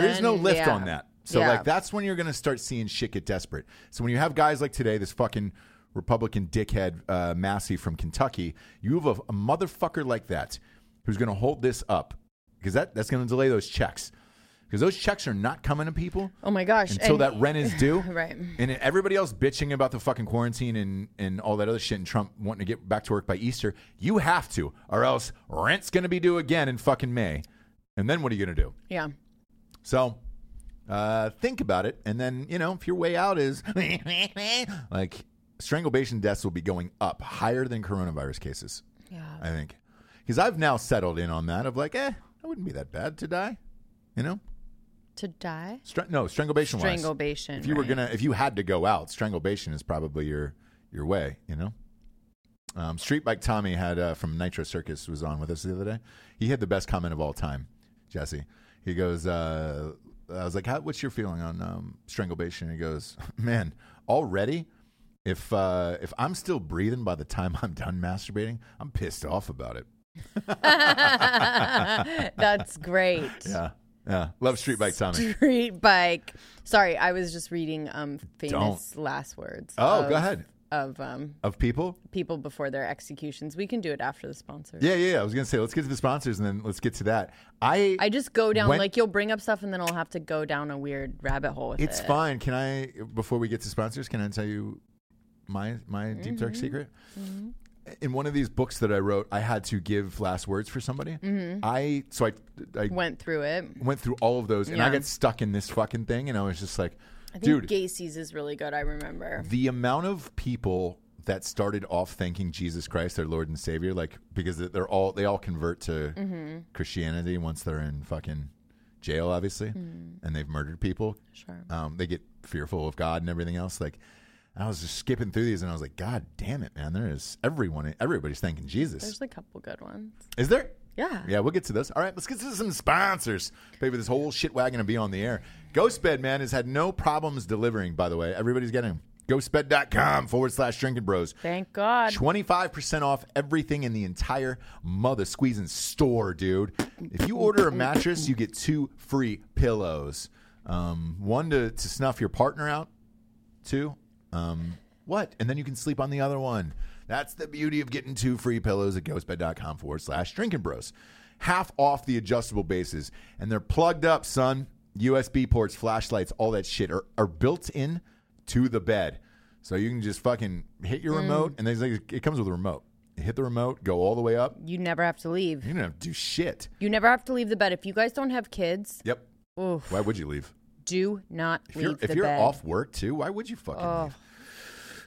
is no
Hmm. Then,
lift
yeah.
on that. So
Yeah.
like that's when you're going to start seeing shit get desperate. So when you have guys like today, this fucking Republican dickhead uh, Massey from Kentucky, you have a, a motherfucker like that who's going to hold this up because that that's going to delay those checks. Because those checks are not coming to people
oh my gosh.
until
and-
that rent is due.
Right.
And everybody else bitching about the fucking quarantine and, and all that other shit and Trump wanting to get back to work by Easter. You have to, or else rent's going to be due again in fucking May. And then what are you going to do?
Yeah.
So uh, think about it. And then, you know, if your way out is like, strangulation deaths will be going up higher than coronavirus cases.
Yeah.
I think. Because I've now settled in on that of like, eh, it wouldn't be that bad to die. You know?
To die?
Str- no, strangulation wise.
Strangulation,
If you were
right.
gonna if you had to go out, strangulation is probably your your way, you know? Um, Street Bike Tommy had uh, from Nitro Circus was on with us the other day. He had the best comment of all time, Jesse. He goes, uh, I was like, How, "What's your feeling on um, strangulation?" He goes, "Man, already, if uh, if I'm still breathing by the time I'm done masturbating, I'm pissed off about it."
That's great.
Yeah, yeah. Love Street Bike Tommy.
Street bike. Sorry, I was just reading um famous last words.
Oh,
of-
go ahead.
Of um
Of people,
people before their executions. We can do it after the sponsor.
yeah, yeah. yeah. I was gonna say, let's get to the sponsors and then let's get to that. I,
I just go down
When-
like you'll bring up stuff and then I'll have to go down a weird rabbit hole with
it's
it.
fine. Can I before we get to sponsors? Can I tell you my my deep
Mm-hmm.
dark secret? In one of these books that I wrote, I had to give last words for somebody.
Mm-hmm.
I so I I
Went through it.
went through all of those and I
Yeah.
got stuck in this fucking thing, and I was just like,
I think
dude,
Gacy's is really good. I remember.
the amount of people that started off thanking Jesus Christ, their Lord and Savior, like because they're all they all convert to
Mm-hmm.
Christianity once they're in fucking jail, obviously,
Mm.
and they've murdered people. Sure, um, they get fearful of God and everything else. Like, I was just skipping through these, and I was like, God damn it, man! There is everyone, everybody's thanking Jesus.
There's a couple good ones.
is there?
Yeah.
Yeah, we'll get to this. All right, let's get to some sponsors. Pay for this whole shit wagon to be on the air. Ghostbed, man, has had no problems delivering, by the way. Everybody's getting them. Ghostbed.com forward slash drinking bros.
Thank God.
25% off everything in the entire mother squeezing store, dude. If you order a mattress, you get two free pillows. Um, one to, to snuff your partner out, two. Um, what? And then you can sleep on the other one. That's the beauty of getting two free pillows at ghostbed.com forward slash drinking bros. Half off the adjustable bases, and they're plugged up, son. USB ports, flashlights, all that shit are, are built in to the bed. So you can just fucking hit your remote, and there's like, it comes with a remote. You hit the remote, go all the way up.
You never have to leave.
You don't have to do shit.
You never have to leave the bed. If you guys don't have kids,
Yep.
Oof.
Why would you leave?
do not
If
leave
you're,
the
if you're
bed. Oh.
off work too, why would you fucking leave?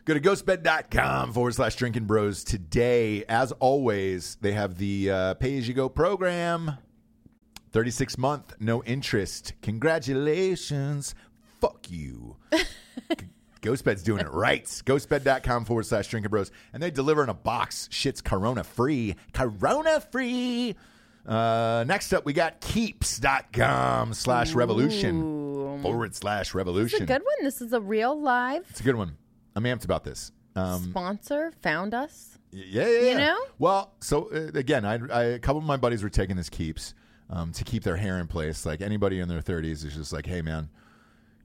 Go to ghostbed.com forward slash drinking bros today. As always, they have the uh, pay as you go program 36 month, no interest. Congratulations. Fuck you. Ghostbed's doing it right. Ghostbed.com forward slash drinking bros. And they deliver in a box. Shit's corona free. Corona free. Uh, next up, we got keeps.com slash revolution forward slash
It's a
revolution.
good one. This is a real live
It's a good one. I'm amped about this. Um,
sponsor. Found us.
y- yeah, yeah, yeah.
know?
Well, so uh, again, I, I, a couple of my buddies were taking this keeps um, to keep their hair in place. Like anybody in their 30s is just like, hey, man,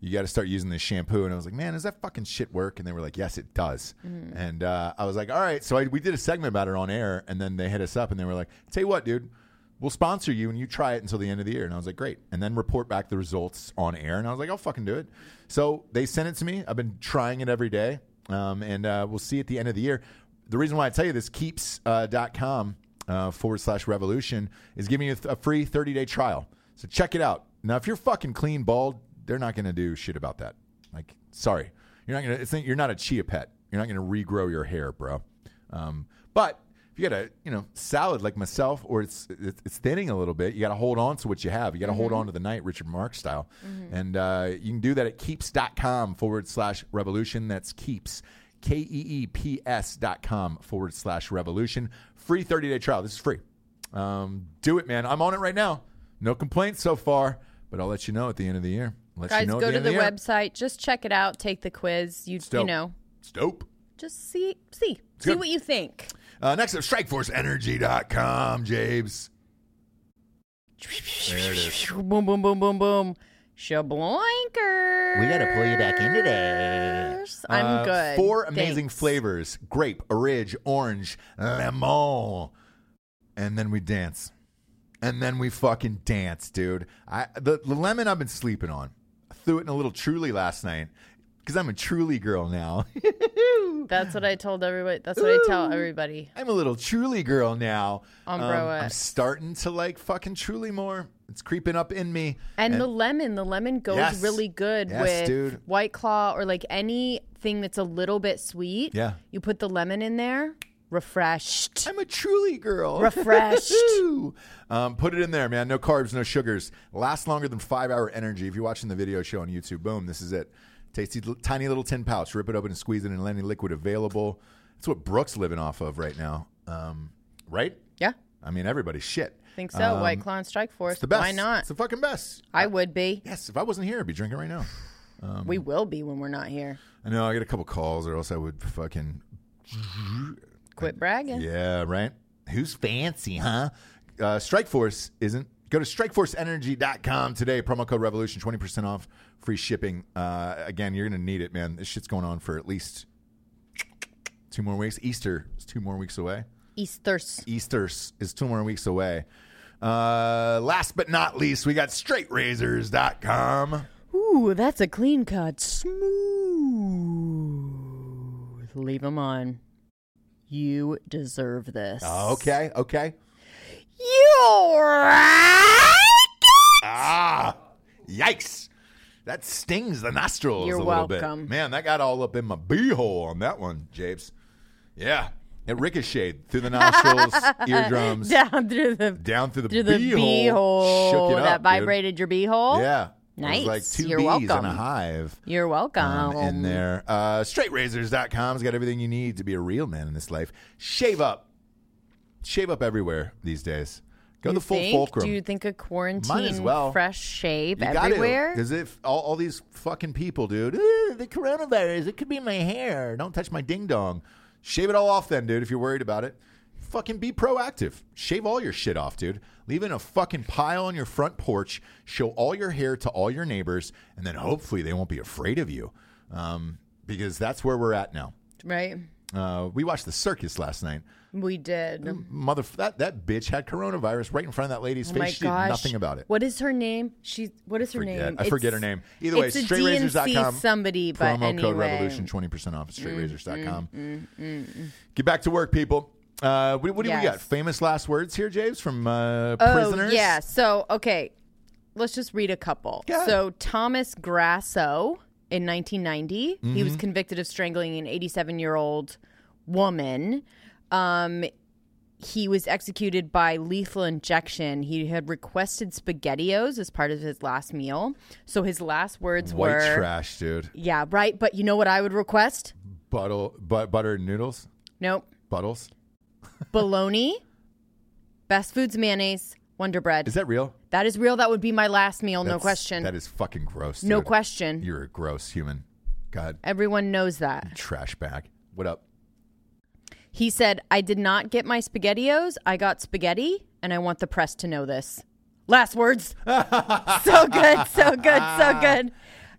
you got to start using this shampoo. And I was like, man, does that fucking shit work? And they were like, yes, it does. And uh, I was like, all right. So I, we did a segment about it on air, and then they hit us up and they were like, tell you what, dude, we'll sponsor you and you try it until the end of the year. And I was like, great. And then report back the results on air. And I was like, I'll fucking do it. So they sent it to me. I've been trying it every day. Um, and uh, we'll see at the end of the year. The reason why I tell you this, keeps.com uh, .com, uh, forward slash revolution is giving you a free 30 day trial. So check it out. Now, if you're fucking clean, bald, they're not going to do shit about that. Like, sorry, you're not going to. You're not a chia pet. You're not going to regrow your hair, bro. Um, but if you got a you know salad like myself, or it's it's it's thinning a little bit, you got to hold on to what you have. You got to hold on to the night, Richard Marx style, and uh, you can do that at keeps.com forward slash revolution. That's keeps. K E E P S dot com forward slash revolution. Free 30 day trial. This is free. Um, do it, man. I'm on it right now. No complaints so far, but I'll let you know at the end of the year. Let you
Guys,
know at
go to
end
the
of year.
website. Just check it out. Take the quiz. You
It's
you
dope.
know,
It's dope.
just see see see
good.
what you think.
Uh, next up, strikeforceenergy.com, James. There it is.
Boom boom boom boom boom. Shabloinkers.
We gotta pull you back in today.
I'm
Uh,
good.
Four amazing
Thanks.
flavors grape, orange, orange, lemon. And then we dance. And then we fucking dance, dude. I the, the lemon I've been sleeping on. I threw it in a little truly last night because I'm a truly girl now. Ooh,
That's what I told everybody. That's what I tell everybody.
I'm a little truly girl now. Um,
Umbro it.
I'm starting to like fucking truly more. It's creeping up in me.
And, the lemon, the lemon goes
Yes.
really good
Yes,
with
dude.
White Claw or like anything that's a little bit sweet.
Yeah.
You put the lemon in there, refreshed.
I'm a truly girl.
Refreshed.
Ooh. um, put it in there, man. No carbs, no sugars. Last longer than five hour energy. If you're watching the video show on YouTube, boom, this is it. Tasty, l- tiny little tin pouch. Rip it open and squeeze it in. Any liquid available. That's what Brooke's living off of right now. Um, right?
Yeah.
I mean, everybody's shit.
Think so. White Claw and Strike Force.
Um, It's the best.
Why not?
It's the fucking best. Um,
I would be.
Yes, if I wasn't here, I'd be drinking right now.
we will be when we're not here.
I know I get a couple calls, or else I would fucking
Quit bragging.
yeah, right. Who's fancy, huh? Uh, Strikeforce isn't. Go to strikeforceenergy.com today. Promo code Revolution, twenty percent off, free shipping. Uh, again, you're gonna need it, man. This shit's going on for at least two more weeks. Easter is two more weeks away.
Easter's.
Easter's is two more weeks away. Uh, last but not least, we got straightrazors.com.
Ooh, that's a clean cut. Smooth. Leave them on. You deserve this.
Okay, okay.
You're right.
Ah, yikes. That stings the nostrils
You're
a little
welcome.
bit. Man, that got all up in my beehole on that one, Japes. Yeah. It ricocheted through the nostrils, eardrums,
Down through the
down through the
through the
beehole.
beehole
Shook it
that
up, dude.
vibrated your beehole.
Yeah. It was
Nice.
like 2
You're
bees in
welcome.
a hive.
You're welcome.
um, in there. Uh, straightrazors.com's got everything you need to be a real man in this life. Shave up. Shave up everywhere these days. Go the full
think,
fulcrum.
Do you think a quarantine
well.
fresh shave
You
everywhere?
Because if all, all these fucking people, dude, "Ooh, the coronavirus, it could be my hair. Don't touch my ding dong. Shave it all off, then, dude. If you're worried about it, fucking be proactive. Shave all your shit off, dude. Leave it in a fucking pile on your front porch. Show all your hair to all your neighbors, and then hopefully they won't be afraid of you. Um, because that's where we're at now.
right.
Uh, we watched the circus last night.
We did.
Mother, that that bitch had coronavirus right in front of that lady's
Oh
face.
my
she
gosh.
did nothing about it.
What is her name? She. What is her
Forget.
name?
I forget her name. Either way,
it's a
straightrazors.com,
DNC somebody, but
Promo
anyway. Mm,
code revolution twenty percent off at straightrazors.com. Get back to work, people. Uh, what, what do
Yes.
we got? Famous last words here, James, from uh,
Oh
prisoners.
yeah. So okay, let's just read a couple.
Yeah.
So Thomas Grasso in 1990, he
Mm-hmm.
was convicted of strangling an 87 year old woman. Um, he was executed by lethal injection. He had requested SpaghettiOs as part of his last meal. So his last words
White
were,
trash, dude.
"Yeah, right." But you know what I would request?
Buttle, but, butter and noodles,
Nope,
buttles.
bologna, best foods mayonnaise, Wonder Bread.
Is that real?
that is real. That would be my last meal. no
That's-
question.
That is fucking gross.
No
dude.
question.
You're a gross human. God,
Everyone knows that.
trash bag. What up?
He said, I did not get my SpaghettiOs. I got spaghetti, and I want the press to know this. Last words. so good, so good, so good.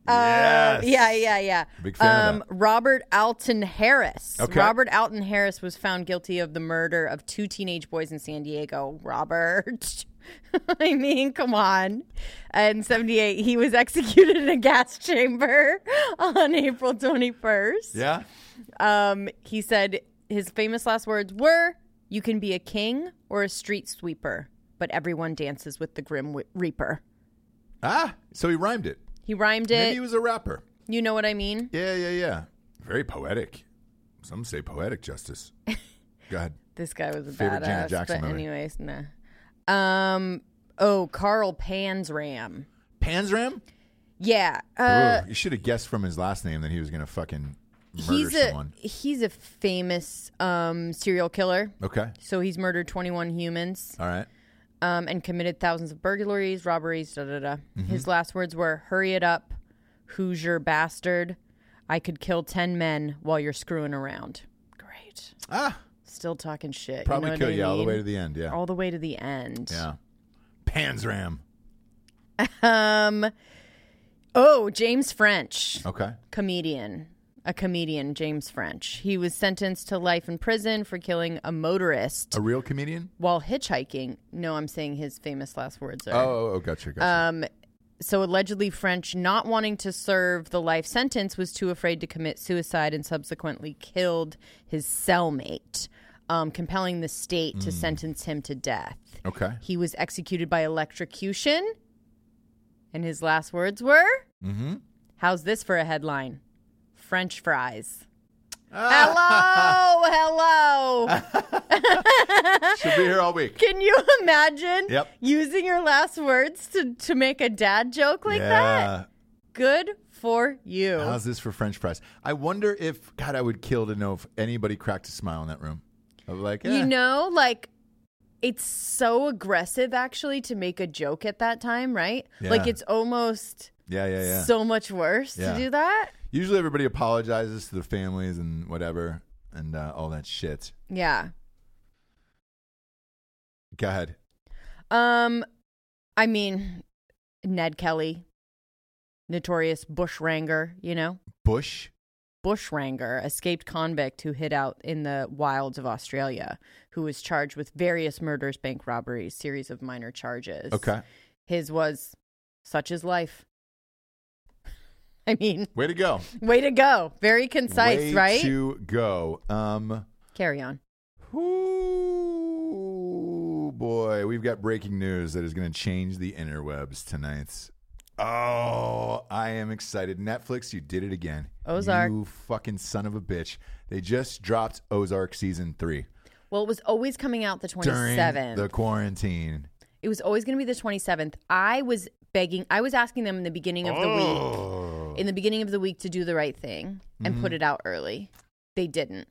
Um,
yes.
yeah, yeah, yeah.
Big fan of
um, Robert Alton Harris.
Okay.
Robert Alton Harris was found guilty of the murder of two teenage boys in San Diego. Robert. I mean, come on. In 78, he was executed in a gas chamber on April 21st.
Yeah.
Um, he said his famous last words were, "You can be a king or a street sweeper, but everyone dances with the grim Wi- reaper."
Ah, so he rhymed it.
He rhymed
Maybe
it.
he was a rapper.
you know what I mean?
Yeah, yeah, yeah. Very poetic. Some say poetic justice. Go ahead.
This guy was a
Favorite
badass.
Janet Jackson
but
movie.
anyways, nah. Um. Oh, Carl Panzram.
Panzram?
Yeah. Uh,
Ooh, you should have guessed from his last name that he was going to fucking murder
he's a
someone.
he's a famous um serial killer.
Okay.
So he's murdered 21 humans.
All right.
um, and committed thousands of burglaries, robberies, da da da.
Mm-hmm.
His last words were, "Hurry it up, Hoosier bastard! I could kill ten men while you're screwing around." Great,
Ah,
still talking shit.
probably
you know
kill
what I
you all the
mean?
way to the end. Yeah.
all the way to the end.
yeah. Panzram.
Um. Oh, James French,
Okay.
comedian. A comedian, James French. He was sentenced to life in prison for killing a motorist
A real comedian?
while hitchhiking. No, I'm saying his famous last words are.
Oh, oh, oh, gotcha, gotcha.
Um, so allegedly French not wanting to serve the life sentence was too afraid to commit suicide and subsequently killed his cellmate, um, compelling the state to sentence him to death.
Mm. Okay.
He was executed by electrocution, and his last words were,
Mm-hmm.
"How's this for a headline? French fries."
Ah.
Hello, hello. Uh,
Should be here all week.
Can you imagine
Yep.
using your last words to, to make a dad joke like that?
yeah.
Good for you.
How's this for French fries? I wonder if God, I would kill to know if anybody cracked a smile in that room. I was like, eh.
You know, like it's so aggressive actually to make a joke at that time, right? Like
Yeah.
it's almost
yeah, yeah, yeah.
so much worse
Yeah.
to do that.
Usually everybody apologizes to their families and whatever and uh, all that shit.
Yeah.
Go ahead.
Um I mean Ned Kelly, notorious bushranger, you know?
Bush.
bushranger, escaped convict who hid out in the wilds of Australia, who was charged with various murders, bank robberies, series of minor charges.
Okay.
His was such is life. I mean,
Way to go.
way to go. Very concise,
Way
right?
to go. Um,
Carry on.
Ooh, boy, we've got breaking news that is going to change the interwebs tonight. Oh, I am excited. Netflix, you did it again.
Ozark.
You fucking son of a bitch. They just dropped Ozark season three
Well, it was always coming out the
during
27th.
the quarantine.
it was always going to be the 27th. I was begging, I was asking them in the beginning of the week.
Oh. Mm-hmm.
In the beginning of the week to do the right thing and put it out early. They didn't.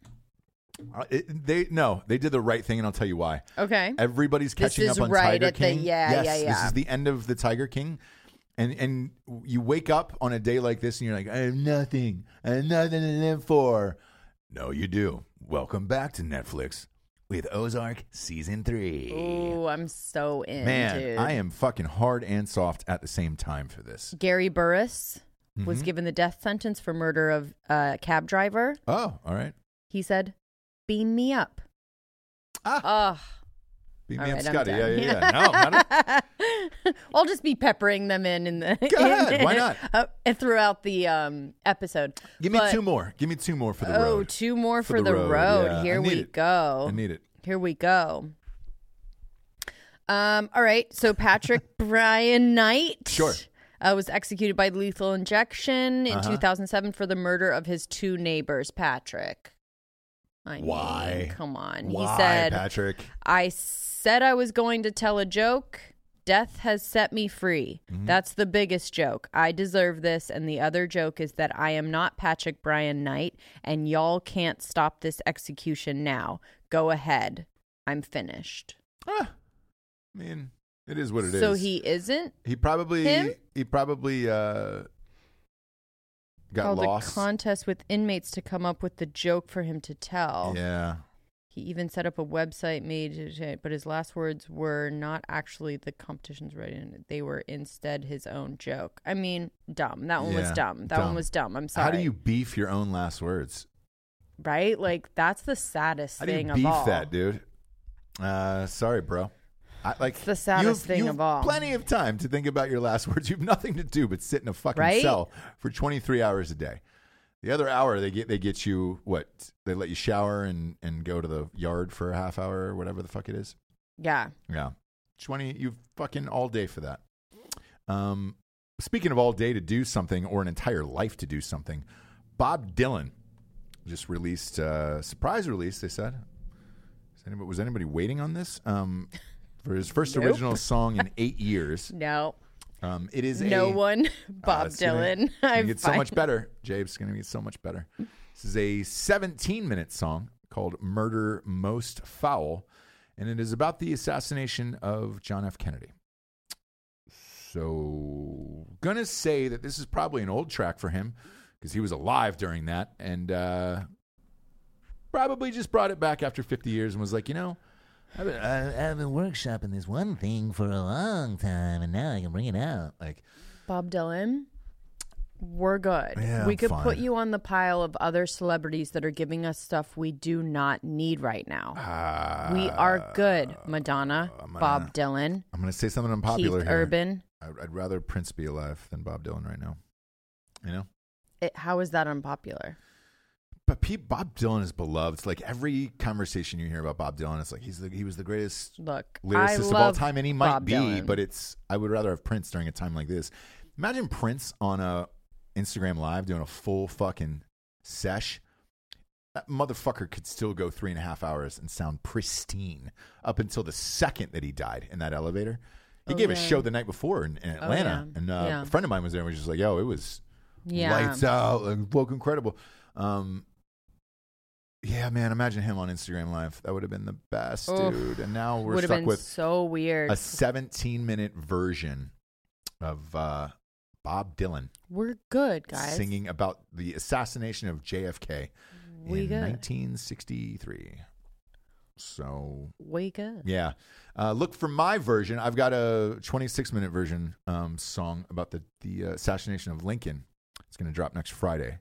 Uh, it- they no, they did the right thing, and I'll tell you why.
Okay.
Everybody's
This
catching
is
up on
right
Tiger
at the-
King.
yeah,
yes,
yeah,
This
yeah.
is the end of the Tiger King. And and you wake up on a day like this and you're like, I have nothing. I have nothing to live for. No, you do. Welcome back to Netflix with Ozark season three.
Ooh, I'm so in,
Man,
dude.
I am fucking hard and soft at the same time for this.
Gary Burris
Mm-hmm.
was given the death sentence for murder of a cab driver.
Oh, all right.
He said, "Beam me up."
Ah,
Ugh.
beat
all
me up,
right, I'm
Scotty. Yeah,
done.
yeah, yeah. no, not a-
I'll just be peppering them in in the
Go ahead, why not?
uh, and throughout the um, episode.
give me
But-
two more. Give me two more for the
Oh,
road.
two more for, the, road.
yeah. I
Here
need
we
it.
go.
I need it.
Here we go. Um, all right. So Patrick Brian Knight
Sure. Uh-huh.
uh, was executed by lethal injection in 2007 for the murder of his two neighbors, Patrick. I mean,
Why?
come on.
Why,
he said,
Patrick?
I said I was going to tell a joke. Death has set me free.
Mm-hmm.
That's the biggest joke. I deserve this. And the other joke is that I am not Patrick Bryan Knight, and y'all can't stop this execution now. Go ahead. I'm finished.
Ah, I mean, it is what it is.
so he isn't
he probably
Him?
he probably uh, got
called
lost.
a contest with inmates to come up with the joke for him to tell.
Yeah,
He even set up a website made, but his last words were not actually the competition's writing. They were instead his own joke. I mean, dumb. That one was
Yeah,
dumb. That
dumb.
one was dumb. I'm sorry.
how do you beef your own last words?
right? Like that's the saddest
How do you
thing
beef
of all.
that, dude? Uh, sorry, bro. I, like
the saddest
you've-
thing
you've
of all.
Plenty of time to think about your last words. You have nothing to do but sit in a fucking
Right?
cell for twenty three hours a day. The other hour they get they get you what they let you shower and and go to the yard for a half hour or whatever the fuck it is.
Yeah.
Yeah. 20, you fucking all day for that. Um, speaking of all day to do something or an entire life to do something, Bob Dylan just released uh, surprise release, they said. Is anybody, was anybody waiting on this? Um, for his first
Nope.
original song in eight years.
No.
Um, it is
No
a,
one.
uh,
Bob
it's gonna-
Dylan.
it's gonna
I'm
get so
fine.
much better. Jabe's going to get so much better. This is a 17 minute song called Murder Most Foul, and it is about the assassination of John F. Kennedy. So, going to say that this is probably an old track for him because he was alive during that and uh, probably just brought it back after 50 years and was like, you know, I've been, I- I've been workshopping this one thing for a long time and now I can bring it out. Like,
Bob Dylan. We're good.
Yeah,
we
I'm
could put
fine.
you on the pile of other celebrities that are giving us stuff we do not need right now.
ah. Uh,
We are good. Madonna, Bob Dylan,
I'm going to say something unpopular
Keith
here.
Urban,
I'd, I'd rather Prince be alive than Bob Dylan right now. You know,
It, how is that unpopular?
but Pete, Bob Dylan is beloved. It's like every conversation you hear about Bob Dylan, it's like he's the, he was the greatest
Look, I
lyricist
love
of all time, and he might
Bob
be.
Dylan.
But it's I would rather have Prince during a time like this. Imagine Prince on a Instagram live doing a full fucking sesh. That motherfucker could still go three and a half hours and sound pristine up until the second that he died in that elevator. He
Oh,
gave a
yeah. Oh,
show the night before in, in Atlanta,
yeah.
and uh,
Yeah.
a friend of mine was there and was just like, "Yo, it was
yeah,
lights out, like, look incredible." Um, yeah, man, imagine him on Instagram Live. That would have been the best,
Oof.
dude. And now we're
would have
stuck
been
with
so weird.
a 17 minute version of uh, Bob Dylan
We're good, guys.
singing about the assassination of JFK
We
in
good.
1963. So
way good.
yeah, uh, look for my version. I've got a 26 minute version um, song about the the uh, assassination of Lincoln. It's going to drop next Friday.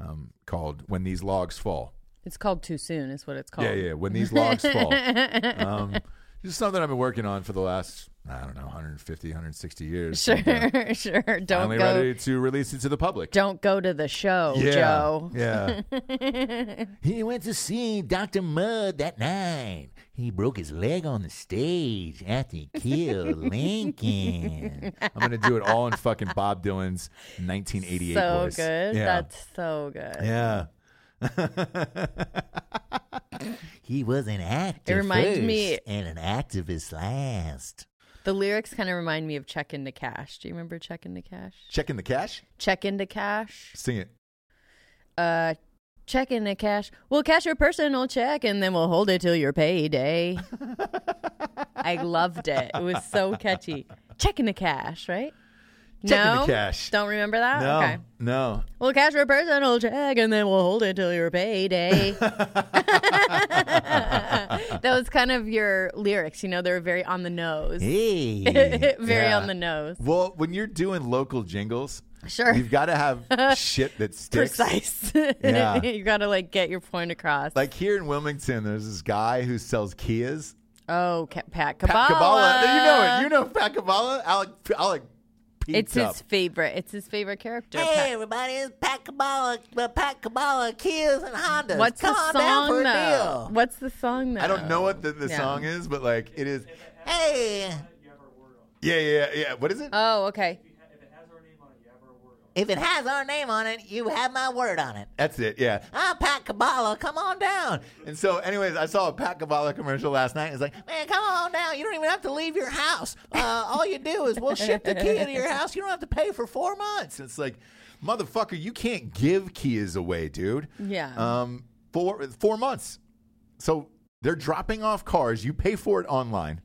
Um, called "When These Logs Fall."
It's called too soon. Is what it's called.
Yeah, yeah. When these logs fall. Um, just something I've been working on for the last I don't know 150, 160 years.
Sure,
And, uh,
sure. Don't
finally
go.
ready to release it to the public.
Don't go to the show,
yeah,
Joe.
yeah. he went to see Doctor Mudd that night. He broke his leg on the stage after he killed Lincoln. I'm gonna do it all in fucking Bob Dylan's 1988
so
voice.
good.
Yeah.
That's so good.
yeah. he was an actor
It
reminds me-
and an activist last.
The lyrics kind of remind me of Check Into Cash. Do you remember Check Into Cash?
checking the cash.
Check Into Cash.
Sing it.
Uh, check Into Cash. We'll cash your personal check and then we'll hold it till your payday. I loved it. It was so catchy. Check Into Cash, right?
Check
no?
Into Cash.
Don't remember that?
No,
Oh, Okay.
no.
We'll cash your personal check and then we'll hold it till your payday. that was kind of your lyrics. You know, they were very on the nose.
Hey,
very
Yeah.
on the nose.
Well, when you're doing local jingles,
Sure.
you've got to have shit that sticks.
Precise.
Yeah.
you got to like get your point across.
Like here in Wilmington, there's this guy who sells Kias.
oh, Ca- Pat Kabbalah.
Pat Kabbalah. You know it. You know Pat Kabbalah. Alec, Alec peeped
It's
up.
his favorite. It's his favorite character.
hey
Pat-
everybody, it's Pat Kabbalah, uh, Pat Kabbalah, Kids and Hondas.
What's
Come
the
on down for
song
a
though?
deal.
What's the song though?
I don't know what the, the
Yeah.
song is, but like it is.
Hey,
Yeah, yeah, yeah. What is it?
Oh, okay.
if it has our name on it, you have my word on it.
That's it. Yeah.
I'm Pat Kabbalah, come on down.
And so, anyways, I saw a Pat Kabbalah commercial last night. It's like,
Man, come on down. You don't even have to leave your house. Uh, all you do is we'll ship the key to your house. You don't have to pay for four months.
It's like, motherfucker, you can't give Kias away, dude.
Yeah.
Um, four four months. So they're dropping off cars. You pay for it online.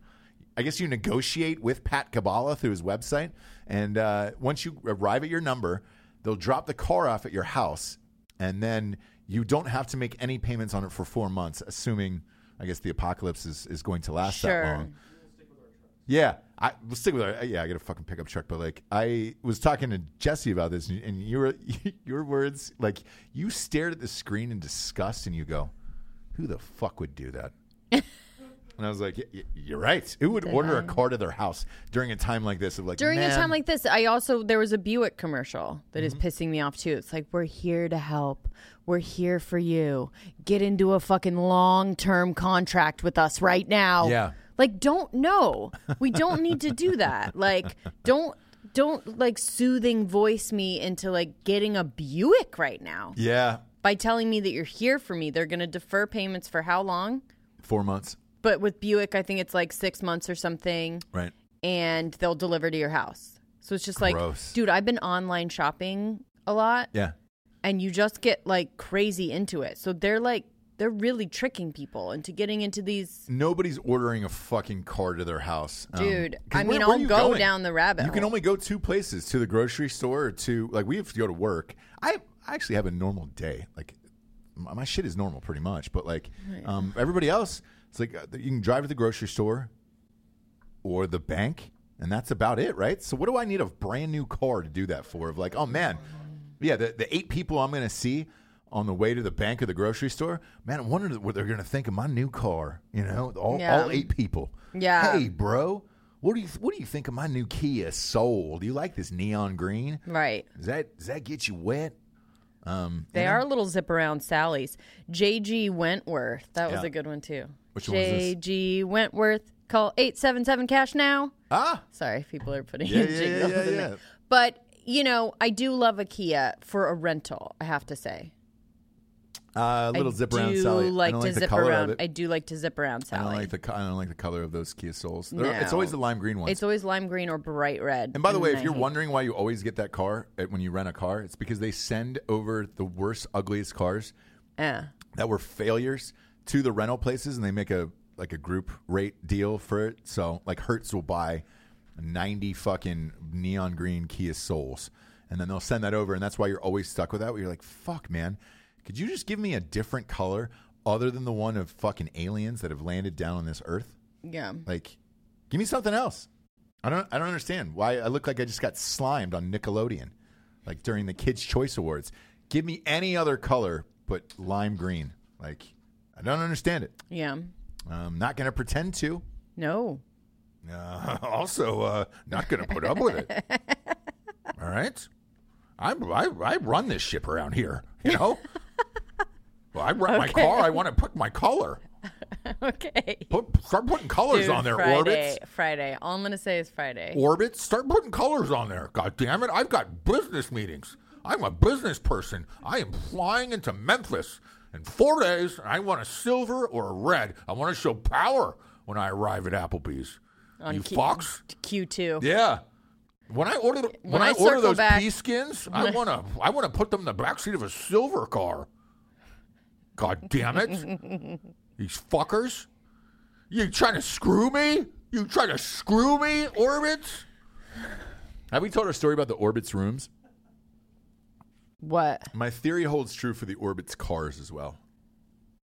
I guess you negotiate with Pat Kabbalah through his website, and uh, once you arrive at your number, they'll drop the car off at your house, and then you don't have to make any payments on it for four months, assuming. I guess the apocalypse is, is going to last
Sure.
that long. Yeah, I we'll stick with our yeah. I got a fucking pickup truck, but like I was talking to Jesse about this, and, and your your words like you stared at the screen in disgust, and you go, "Who the fuck would do that?" and I was like, y- y- "You're right. Who would order a car to their house during a time like this?" Of like
During a
"Man, Mm-hmm.
time like this, I also there was a Buick commercial that is pissing me off too. It's like we're here to help. We're here for you. Get into a fucking long-term contract with us right now.
Yeah.
Like don't no. We don't need to do that. Like don't don't like soothing voice me into like getting a Buick right now.
yeah,
By telling me that you're here for me, they're going to defer payments for how long?
four months,
But with Buick, I think it's like 6 months or something
right?
and they'll deliver to your house. So it's just like,
Gross.
dude, I've been online shopping a lot
Yeah,
and you just get like crazy into it. So they're like, they're really tricking people into getting into these.
nobody's ordering a fucking car to their house, Um,
Dude,
'cause
I
where- where
mean, I'll
are you
go
going?
down the rabbit
You can
hole.
only go two places: to the grocery store or to like we have to go to work. I I actually have a normal day. Like my, my shit is normal pretty much, but like um, everybody else, it's like uh, you can drive to the grocery store or the bank, and that's about it, right? So what do I need a brand new car to do that for? Of like, oh man, yeah, the the eight people I'm gonna see. On the way to the bank or the grocery store, man, I wonder what they're going to think of my new car. You know, all,
Yeah.
all eight people.
Yeah.
Hey, bro,
What do you What do you think of my new Kia Soul? Do you like this neon green?
Right.
Does that Does that get you wet? Um,
They are little zip around Sally's. J.G. Wentworth. That was
Yeah.
a good one, too.
Which one was this?
J.G. Wentworth. Call 877 Cash now.
Ah,
Sorry, people are putting
yeah,
in
yeah, yeah,
jingles
yeah,
in
yeah.
there. But, you know, I do love a Kia for a rental, I have to say.
Uh, little
I
zip around
do
Sally.
Like
I don't
to
like the
zip
color
around.
of
I
it.
do like to zip around
I,
Sally.
don't like the co- I don't like the color of those Kia Souls. They're- It's
No.
always the lime green ones.
it's always lime green or bright red. Mm,
and by the way, if
I
you're
hate-
wondering why you always get that car uh, when you rent a car, it's because they send over the worst, ugliest cars
Eh.
that were failures to the rental places, and they make a like a group rate deal for it. So like Hertz will buy ninety fucking neon green Kia Souls, and then they'll send that over, and that's why you're always stuck with that. Where you're like, fuck, man, could you just give me a different color other than the one of fucking aliens that have landed down on this earth?
yeah.
Like, give me something else. I don't. I don't understand why I look like I just got slimed on Nickelodeon, like during the Kids Choice Awards. Give me any other color but lime green. Like, I don't understand it.
Yeah.
I'm not gonna pretend to.
No.
Uh, also, uh, not gonna put up with it. All right. I, I I run this ship around here. You know. Well, I run my car. I want to put my color.
okay.
Put start putting colors
Dude,
on their
Friday,
orbits.
Friday. All I'm gonna say is Friday.
orbits. Start putting colors on there. God damn it. I've got business meetings. I'm a business person. I am flying into Memphis in four days. and I want a silver or a red. I want to show power when I arrive at Applebee's. you
Q-
fox?
Q2.
Yeah. When I order the, when,
When
I,
I
order
circle
those
back-
pea skins, I wanna I wanna put them in the backseat of a silver car. God damn it! These fuckers! You trying to screw me? You trying to screw me, Orbits? Have we told our story about the Orbits rooms?
What?
My theory holds true for the Orbits cars as well.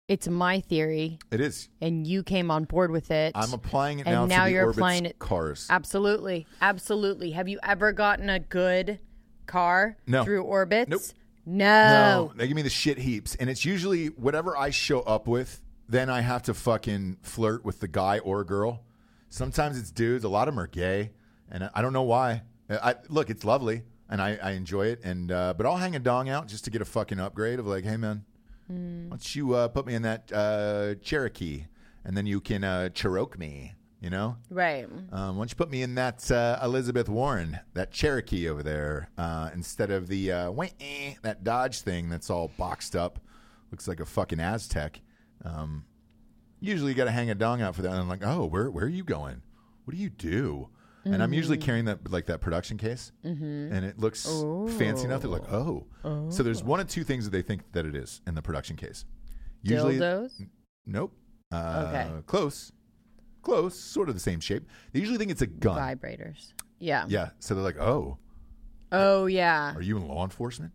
It's my theory,
It is.
and you came on board with it.
I'm applying it
And
now, to
now
the
you're
Orbits
applying it-
cars.
absolutely, absolutely. Have you ever gotten a good car
No.
through orbits?
Nope.
No.
No, they give me the shit heaps, and it's usually whatever I show up with. Then I have to fucking flirt with the guy or girl. Sometimes it's dudes. A lot of them are gay, and I- I don't know why. I I- look, it's lovely, and I, I enjoy it. And uh, but I'll hang a dong out just to get a fucking upgrade of like, hey man, why don't you uh, put me in that uh, Cherokee, and then you can uh, Cherokee me, you know?
Right.
Um, why don't you put me in that uh, Elizabeth Warren, that Cherokee over there, uh, instead of the uh, wah, eh, that Dodge thing that's all boxed up, looks like a fucking Aztec. Um, usually, you got to hang a dong out for that. And I'm like, oh, where where are you going? What do you do? And I'm usually carrying that like that production case, and it looks fancy enough. They're like, Mm-hmm. oh. so there's one of two things that they think that it is in the production case.
Dildos.
Nope. Uh,
Okay.
Close. Close. Sort of the same shape. They usually think it's a gun.
Vibrators. Yeah.
Yeah. So they're like, "Oh,
Oh yeah.
are you in law enforcement?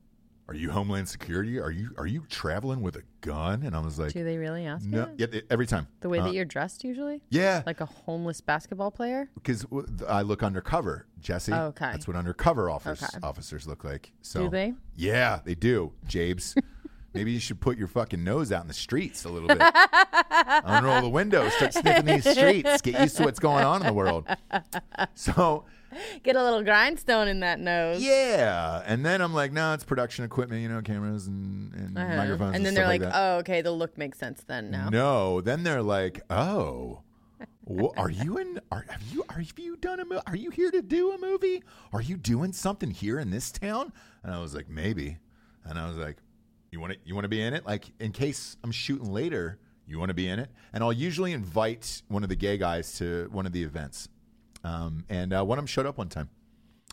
Are you Homeland Security? Are you are you traveling with a gun?" And I was like,
Do they really ask you
"No."
that?
Yeah, they- every time.
The way
Uh,
that you're dressed usually,
Yeah,
like a homeless basketball player.
because I look undercover, Jesse.
Oh, Okay.
That's what undercover officers
Okay.
officers look like. So
Do they?
Yeah, they do, Jabes. Maybe you should put your fucking nose out in the streets a little bit. Unroll the windows, start sniffing these streets, get used to what's going on in the world. So
Get a little grindstone in that nose.
Yeah, and then I'm like, no, it's production equipment, you know, cameras and, and
Uh-huh.
microphones, and,
And then
stuff
they're like,
that.
"Oh, okay, the look makes sense then now."
no. Then they're like, oh, wha- are you in? Are have you are you done a movie? Are you here to do a movie? Are you doing something here in this town? And I was like, maybe. And I was like, you want to you want to be in it? Like in case I'm shooting later, you want to be in it? And I'll usually invite one of the gay guys to one of the events. Um, and uh, one of them showed up one time.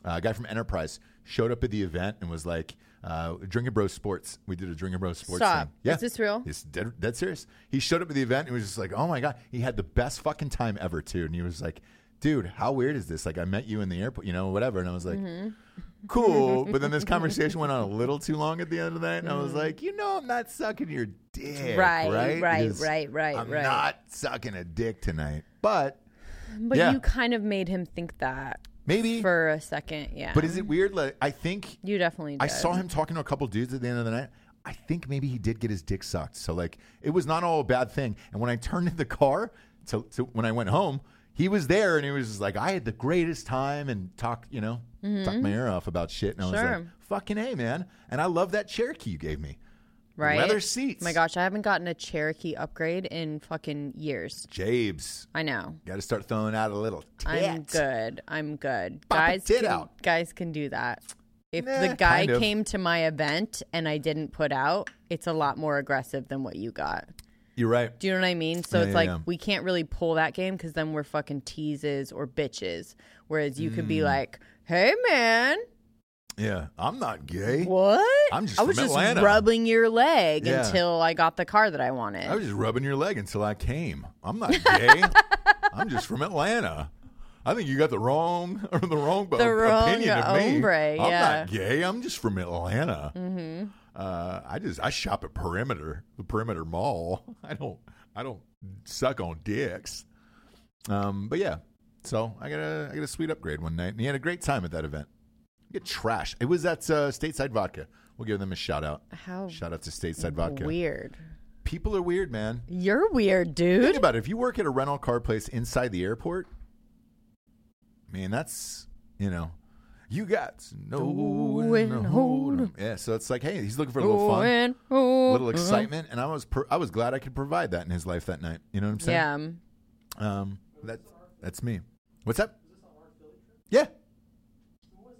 Uh, a guy from Enterprise showed up at the event and was like, uh, Drinking Bros Sports. We did a Drinking Bros Sports
Stop.
thing. Yeah.
Is this real?
It's dead, dead serious. He showed up at the event and was just like, oh my God. He had the best fucking time ever, too. And he was like, dude, how weird is this? Like, I met you in the airport, you know, whatever. And I was like,
Mm-hmm.
cool. But then this conversation went on a little too long at the end of that. And I was like, you know, I'm not sucking your dick.
Mm-hmm. Right,
Right,
right,
Because
right, right,
I'm
right.
not sucking a dick tonight. But
But
Mm-hmm. Yeah.
you kind of made him think that
maybe.
for a second, yeah.
but is it weird? Like, I think
you definitely? Did.
I saw him talking to a couple dudes at the end of the night. I think maybe he did get his dick sucked. So like it was not all a bad thing. And when I turned in the car to, to when I went home, he was there and he was just like, I had the greatest time and talk, you know, talk my ear off about shit. And I was like,
Mm-hmm. Sure.
fucking A, man. And I love that Cherokee you gave me.
right? Oh
Leather seats.
My gosh, I haven't gotten a Cherokee upgrade in fucking years.
Jabes.
I know.
Got to start throwing out a little tit.
I'm good. I'm good.
Pop a
guys
tit
can,
out.
guys can do that. If
Nah,
the guy
kind of.
came to my event and I didn't put out, it's a lot more aggressive than what you got.
You're right.
Do you know what I mean? So
Yeah,
it's
yeah,
like
yeah.
we can't really pull that game because then we're fucking teases or bitches. Whereas you
Mm.
could be like, "Hey man,
Yeah. I'm not gay.
what?
I'm just
I was
from
just
Atlanta."
rubbing your leg
Yeah.
until I got the car that I wanted."
I was just rubbing your leg until I came. I'm not gay. I'm just from Atlanta. I think you got the wrong or the wrong
The wrong
opinion of me.
hombre,
I'm
yeah.
not gay. I'm just from Atlanta. Mm-hmm. Uh, I just I shop at Perimeter, the Perimeter Mall. I don't I don't suck on dicks. Um, but yeah, so I got a I got a sweet upgrade one night, and he had a great time at that event. Get trash. It was at uh, Stateside Vodka. We'll give them a shout out.
How
Shout out to Stateside Vodka.
weird.
People are weird, man.
You're weird, dude.
Think about it. If you work at a rental car place inside the airport, man, that's you know, you got no one to hold 'em. Yeah, so it's like, hey, he's looking for a little fun,
and
a
who-
little excitement, and I was per- I was glad I could provide that in his life that night. You know what I'm saying?
Yeah. um,
Um, that that's me. What's up? Yeah.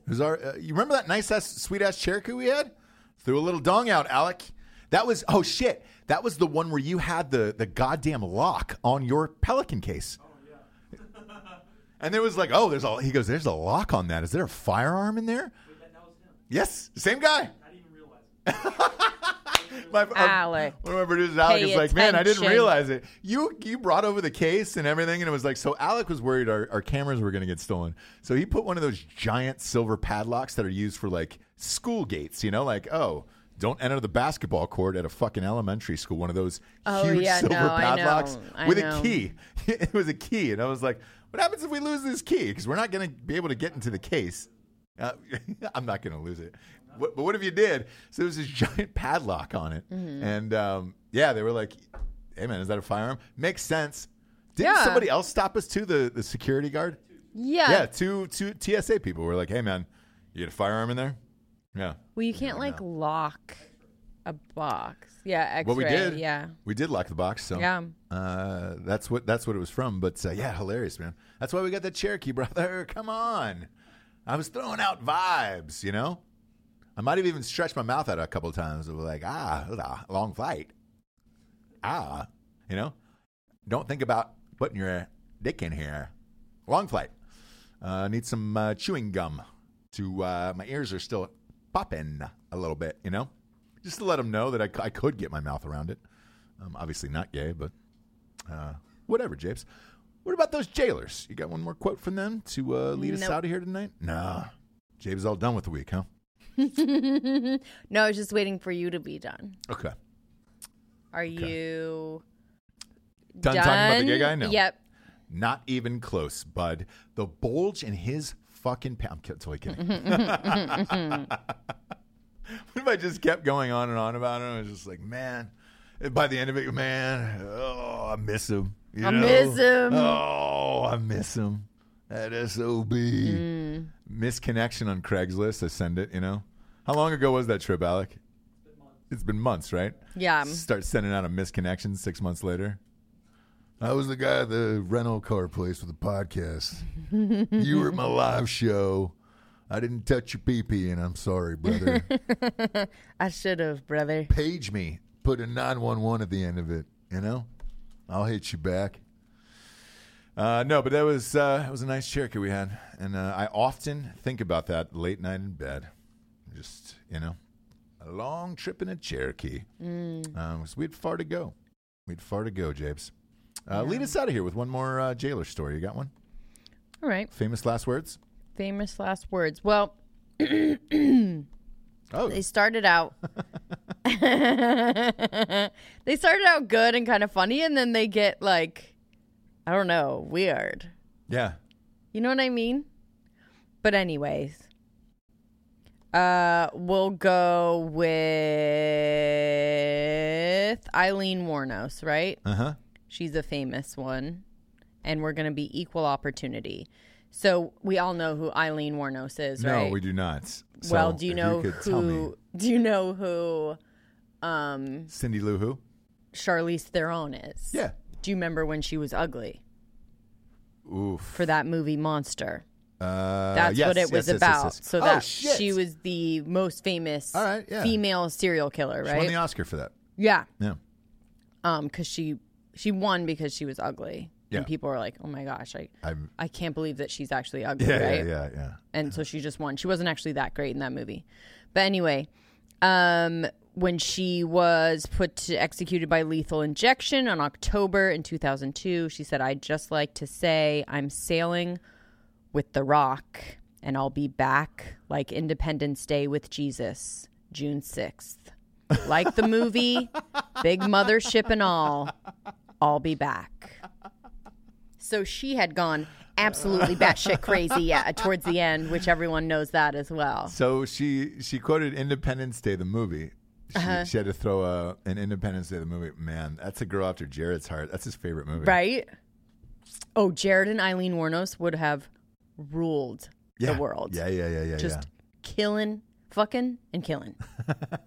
It was our, uh, you remember that nice ass, sweet ass Cherokee we had? Threw a little dong out, Alec. That was oh shit. That was the one where you had the the goddamn lock on your Pelican case. Oh yeah. and there was like, oh, there's a. He goes, there's a lock on that. Is there a firearm in there? Yes, same guy. My, uh,
Alec,
one of my producers, Alec,
pay
is like, man, I didn't
attention."
realize it. You you brought over the case and everything, and it was like, so Alec was worried our, our cameras were going to get stolen. So he put one of those giant silver padlocks that are used for like school gates, you know, like, oh, don't enter the basketball court at a fucking elementary school. One of those
Oh,
huge
yeah,
silver
no, I
padlocks
know. I
with a
know.
key. it was a key. And I was like, what happens if we lose this key? Because we're not going to be able to get into the case. Uh, I'm not going to lose it. What, but what if you did? So there was this giant padlock on it.
Mm-hmm.
And um, yeah, they were like, hey, man, is that a firearm? Makes sense. Didn't
Yeah.
somebody else stop us too? The, the security guard?
yeah.
Yeah, two, two TSA people were like, hey, man, you get a firearm in there? Yeah.
Well, you can't like lock a box. Yeah, X-ray.
What we did, Oh.
Yeah.
we did lock the box. So
Yeah.
uh, that's what that's what it was from. But uh, yeah, hilarious, man. That's why we got the Cherokee, brother. Come on, I was throwing out vibes, you know. I might have even stretched my mouth out a couple times. Of like, ah, that was a long flight. Ah, you know, don't think about putting your dick in here. Long flight. Uh, need some uh, chewing gum. To uh, my ears are still popping a little bit, you know, just to let them know that I, c- I could get my mouth around it. I'm obviously not gay, but uh, whatever, Japes. What about those jailers? You got one more quote from them to uh, lead us
Nope.
out of here tonight? Nah, Jabe's all done with the week, huh?
No, I was just waiting for you to be done.
Okay,
Are you done?
done, talking about the gay guy. No,
Yep.
not even close, bud. The bulge in his fucking. Pa- I'm ki- totally kidding. what if I just kept going on and on about him? I was just like, man. and By the end of it, man, oh, I miss him. you
I
know?
miss him.
Oh, I miss him. That sob.
Mm.
Misconnection on Craigslist. I send it. You know, how long ago was that trip, Alec? It's been months, right?
Yeah.
Start sending out a misconnection six months later. I was the guy at the rental car place with the podcast. you were at my live show. I didn't touch your pee pee, and I'm sorry, brother.
I should have, brother.
Page me. Put a 911 at the end of it, you know? I'll hit you back. Uh, no, but that was uh, that was a nice Cherokee we had, and uh, I often think about that late night in bed, just you know, a long trip in a Cherokee.
Mm.
Um, 'cause we had far to go, we had far to go, Jabes. Uh, Lead us out of here with one more uh, jailer story. You got one?
All right.
Famous last words?
Famous last words. Well,
Oh,
they started out they started out good and kind of funny and then they get like I don't know, weird.
yeah.
You know what I mean? But anyways, uh, we'll go with Eileen Warnos, right?
Uh huh.
She's a famous one, and we're going to be equal opportunity. So we all know who Eileen Warnos is, right?
No, we do not. So
well, do you
if
know
could tell me-
who? Do you know who um,
Cindy Lou Who?
Charlize Theron is?
Yeah.
Do you remember when she was ugly
Oof.
for that movie Monster?
Uh,
That's
yes,
what it
yes,
was
yes, yes,
about.
yes.
So
Oh,
that
shit.
she was the most famous
All right, yeah.
female serial killer,
She won the
right?
Oscar for that.
yeah.
Yeah.
Um, cuz she she won because she was ugly.
Yeah.
And people were like, "Oh my gosh, I
I'm-
I can't believe that she's actually ugly,
Yeah,
right?"
yeah, yeah, yeah.
and so she just won. She wasn't actually that great in that movie, but anyway, um, when she was put to executed by lethal injection on October in 2002, she said, "I'd just like to say I'm sailing with the Rock, and I'll be back like Independence Day with Jesus, June 6th, like the movie, big mothership and all. I'll be back." So she had gone absolutely batshit crazy yeah, towards the end, which everyone knows that as well.
So she she quoted Independence Day the movie. She,
Uh-huh.
she had to throw a, an Independence Day the movie. Man, that's a girl after Jared's heart. That's his favorite movie.
Right? Oh, Jared and Eileen Warnos would have ruled
Yeah.
the world.
Yeah, yeah, yeah, yeah.
Just
yeah.
killing, fucking, and killing.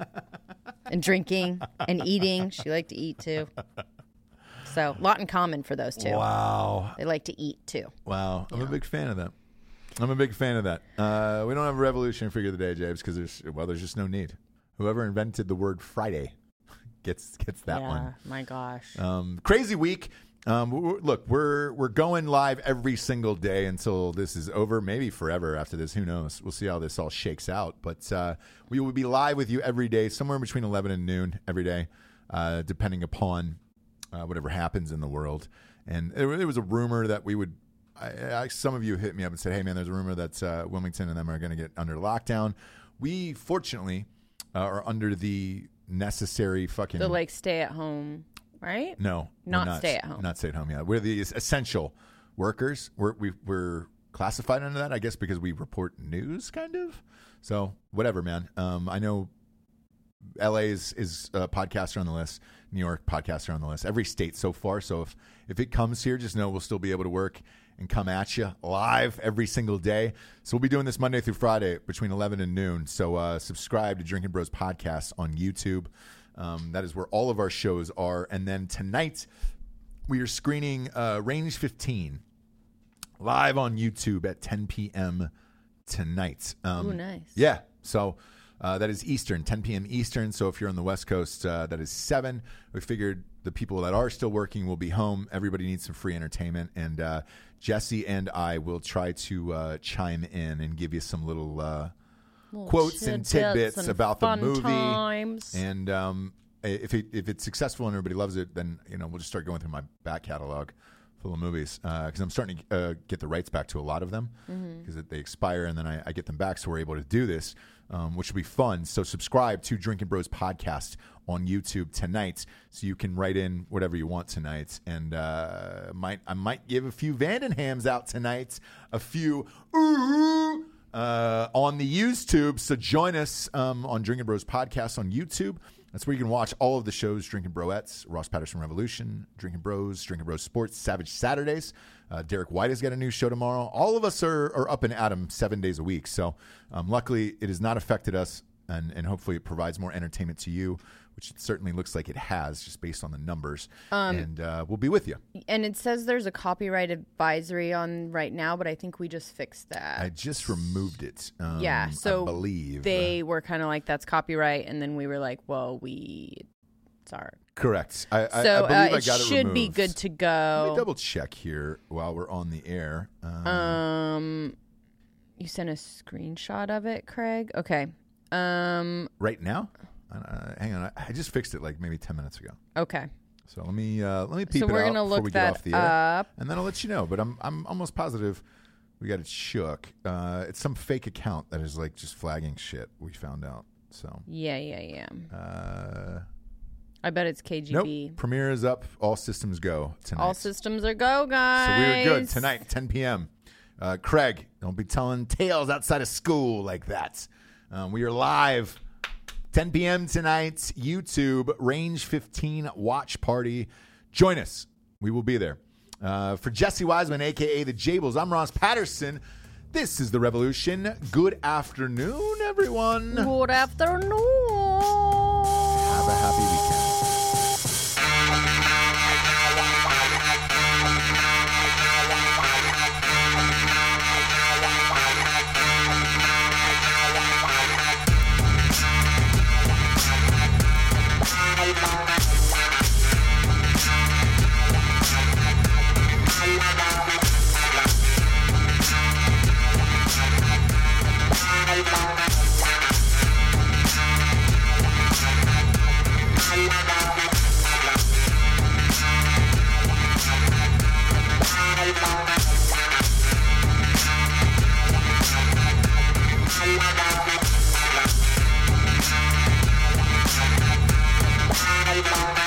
and drinking and eating. She liked to eat too. So, a lot in common for those two.
Wow.
They like to eat too.
Wow. I'm a big fan of that. I'm a big fan of that. Uh, we don't have a revolution figure of the day, James, because there's well, there's just no need. Whoever invented the word Friday gets gets that
yeah,
one.
my gosh.
Um, crazy week. Um, w- w- look, we're we're going live every single day until this is over. Maybe forever after this. Who knows? We'll see how this all shakes out. But uh, we will be live with you every day, somewhere between eleven and noon every day, uh, depending upon uh, whatever happens in the world. And there, there was a rumor that we would. I, I, some of you hit me up and said, "Hey, man, there's a rumor that uh, Wilmington and them are going to get under lockdown." We fortunately uh, are under the necessary fucking
They're like stay at home, right?
no, we're
Not stay at home.
Not stay at home. Yeah, we're the essential workers. We're we, we're classified under that, I guess, because we report news, kind of. So whatever, man. Um, I know LA is is a podcaster on the list. New York podcaster on the list. Every state so far. So if if it comes here, just know we'll still be able to work and come at you live every single day. So we'll be doing this Monday through Friday between eleven and noon. So uh, subscribe to Drinking Bros podcast on YouTube. Um, that is where all of our shows are. And then tonight we are screening uh, Range 15 live on YouTube at 10 p.m. tonight. Um,
Ooh, nice.
yeah. So uh, that is Eastern, 10 p.m. Eastern. So if you're on the West Coast, uh, that is 7. We figured the people that are still working will be home. Everybody needs some free entertainment. And uh, Jesse and I will try to uh, chime in and give you some little. Uh, Quotes and tidbits about the
fun
movie.
Times.
and um, if it, if it's successful and everybody loves it, then you know we'll just start going through my back catalog full of movies because I'm starting to uh, get the rights back to a lot of them because they expire and then I, I get them back, so we're able to do this, um, which will be fun. So subscribe to Drinking Bros podcast on YouTube tonight, so you can write in whatever you want tonight, and uh, might I might give a few Vandenhams out tonight, a few. Ooh, uh, on the YouTube. So join us um, on Drinking Bros podcast on YouTube. That's where you can watch all of the shows: Drinking Broettes, Ross Patterson Revolution, Drinking Bros, Drinking Bros Sports, Savage Saturdays. Uh, Derek White has got a new show tomorrow. All of us are, are up and at 'em seven days a week. So um, luckily, it has not affected us, and, and hopefully, it provides more entertainment to you, which it certainly looks like it has, just based on the numbers.
Um,
and uh, we'll be with you.
And it says there's a copyright advisory on right now, but I think we just fixed that.
I just removed it. Um,
yeah, so
I believe
they were kind of like that's copyright, and then we were like, well, we it's our
correct. I, I- I,
so
believe
uh,
I
it
got
should be
removed.
good to
Let me
go.
double check here while we're on the air. Um,
Um, you sent a screenshot of it, Craig. Okay. Um.
right now, uh, hang on, I, I just fixed it like maybe ten minutes ago.
Okay.
So let me uh, let me peep
so
it
we're
out
gonna
before
look
we get
that
off the air,
up.
and then I'll let you know. But I'm I'm almost positive we got it shook. Uh, it's some fake account that is like just flagging shit. We found out. So
Yeah, yeah, yeah.
uh,
I bet it's
nope,
KGB.
premiere is up. All systems go tonight.
All systems are go,
So we were
guys.
good tonight, 10 p.m. Uh, Craig, don't be telling tales outside of school like that. Um, we are live, 10 p.m. tonight, YouTube Range 15 watch party. Join us. We will be there. Uh, for Jesse Wiseman, aka the Jables, I'm Ross Patterson. This is the Revolution. Good afternoon, everyone.
Good afternoon.
Have a happy weekend.
Bye.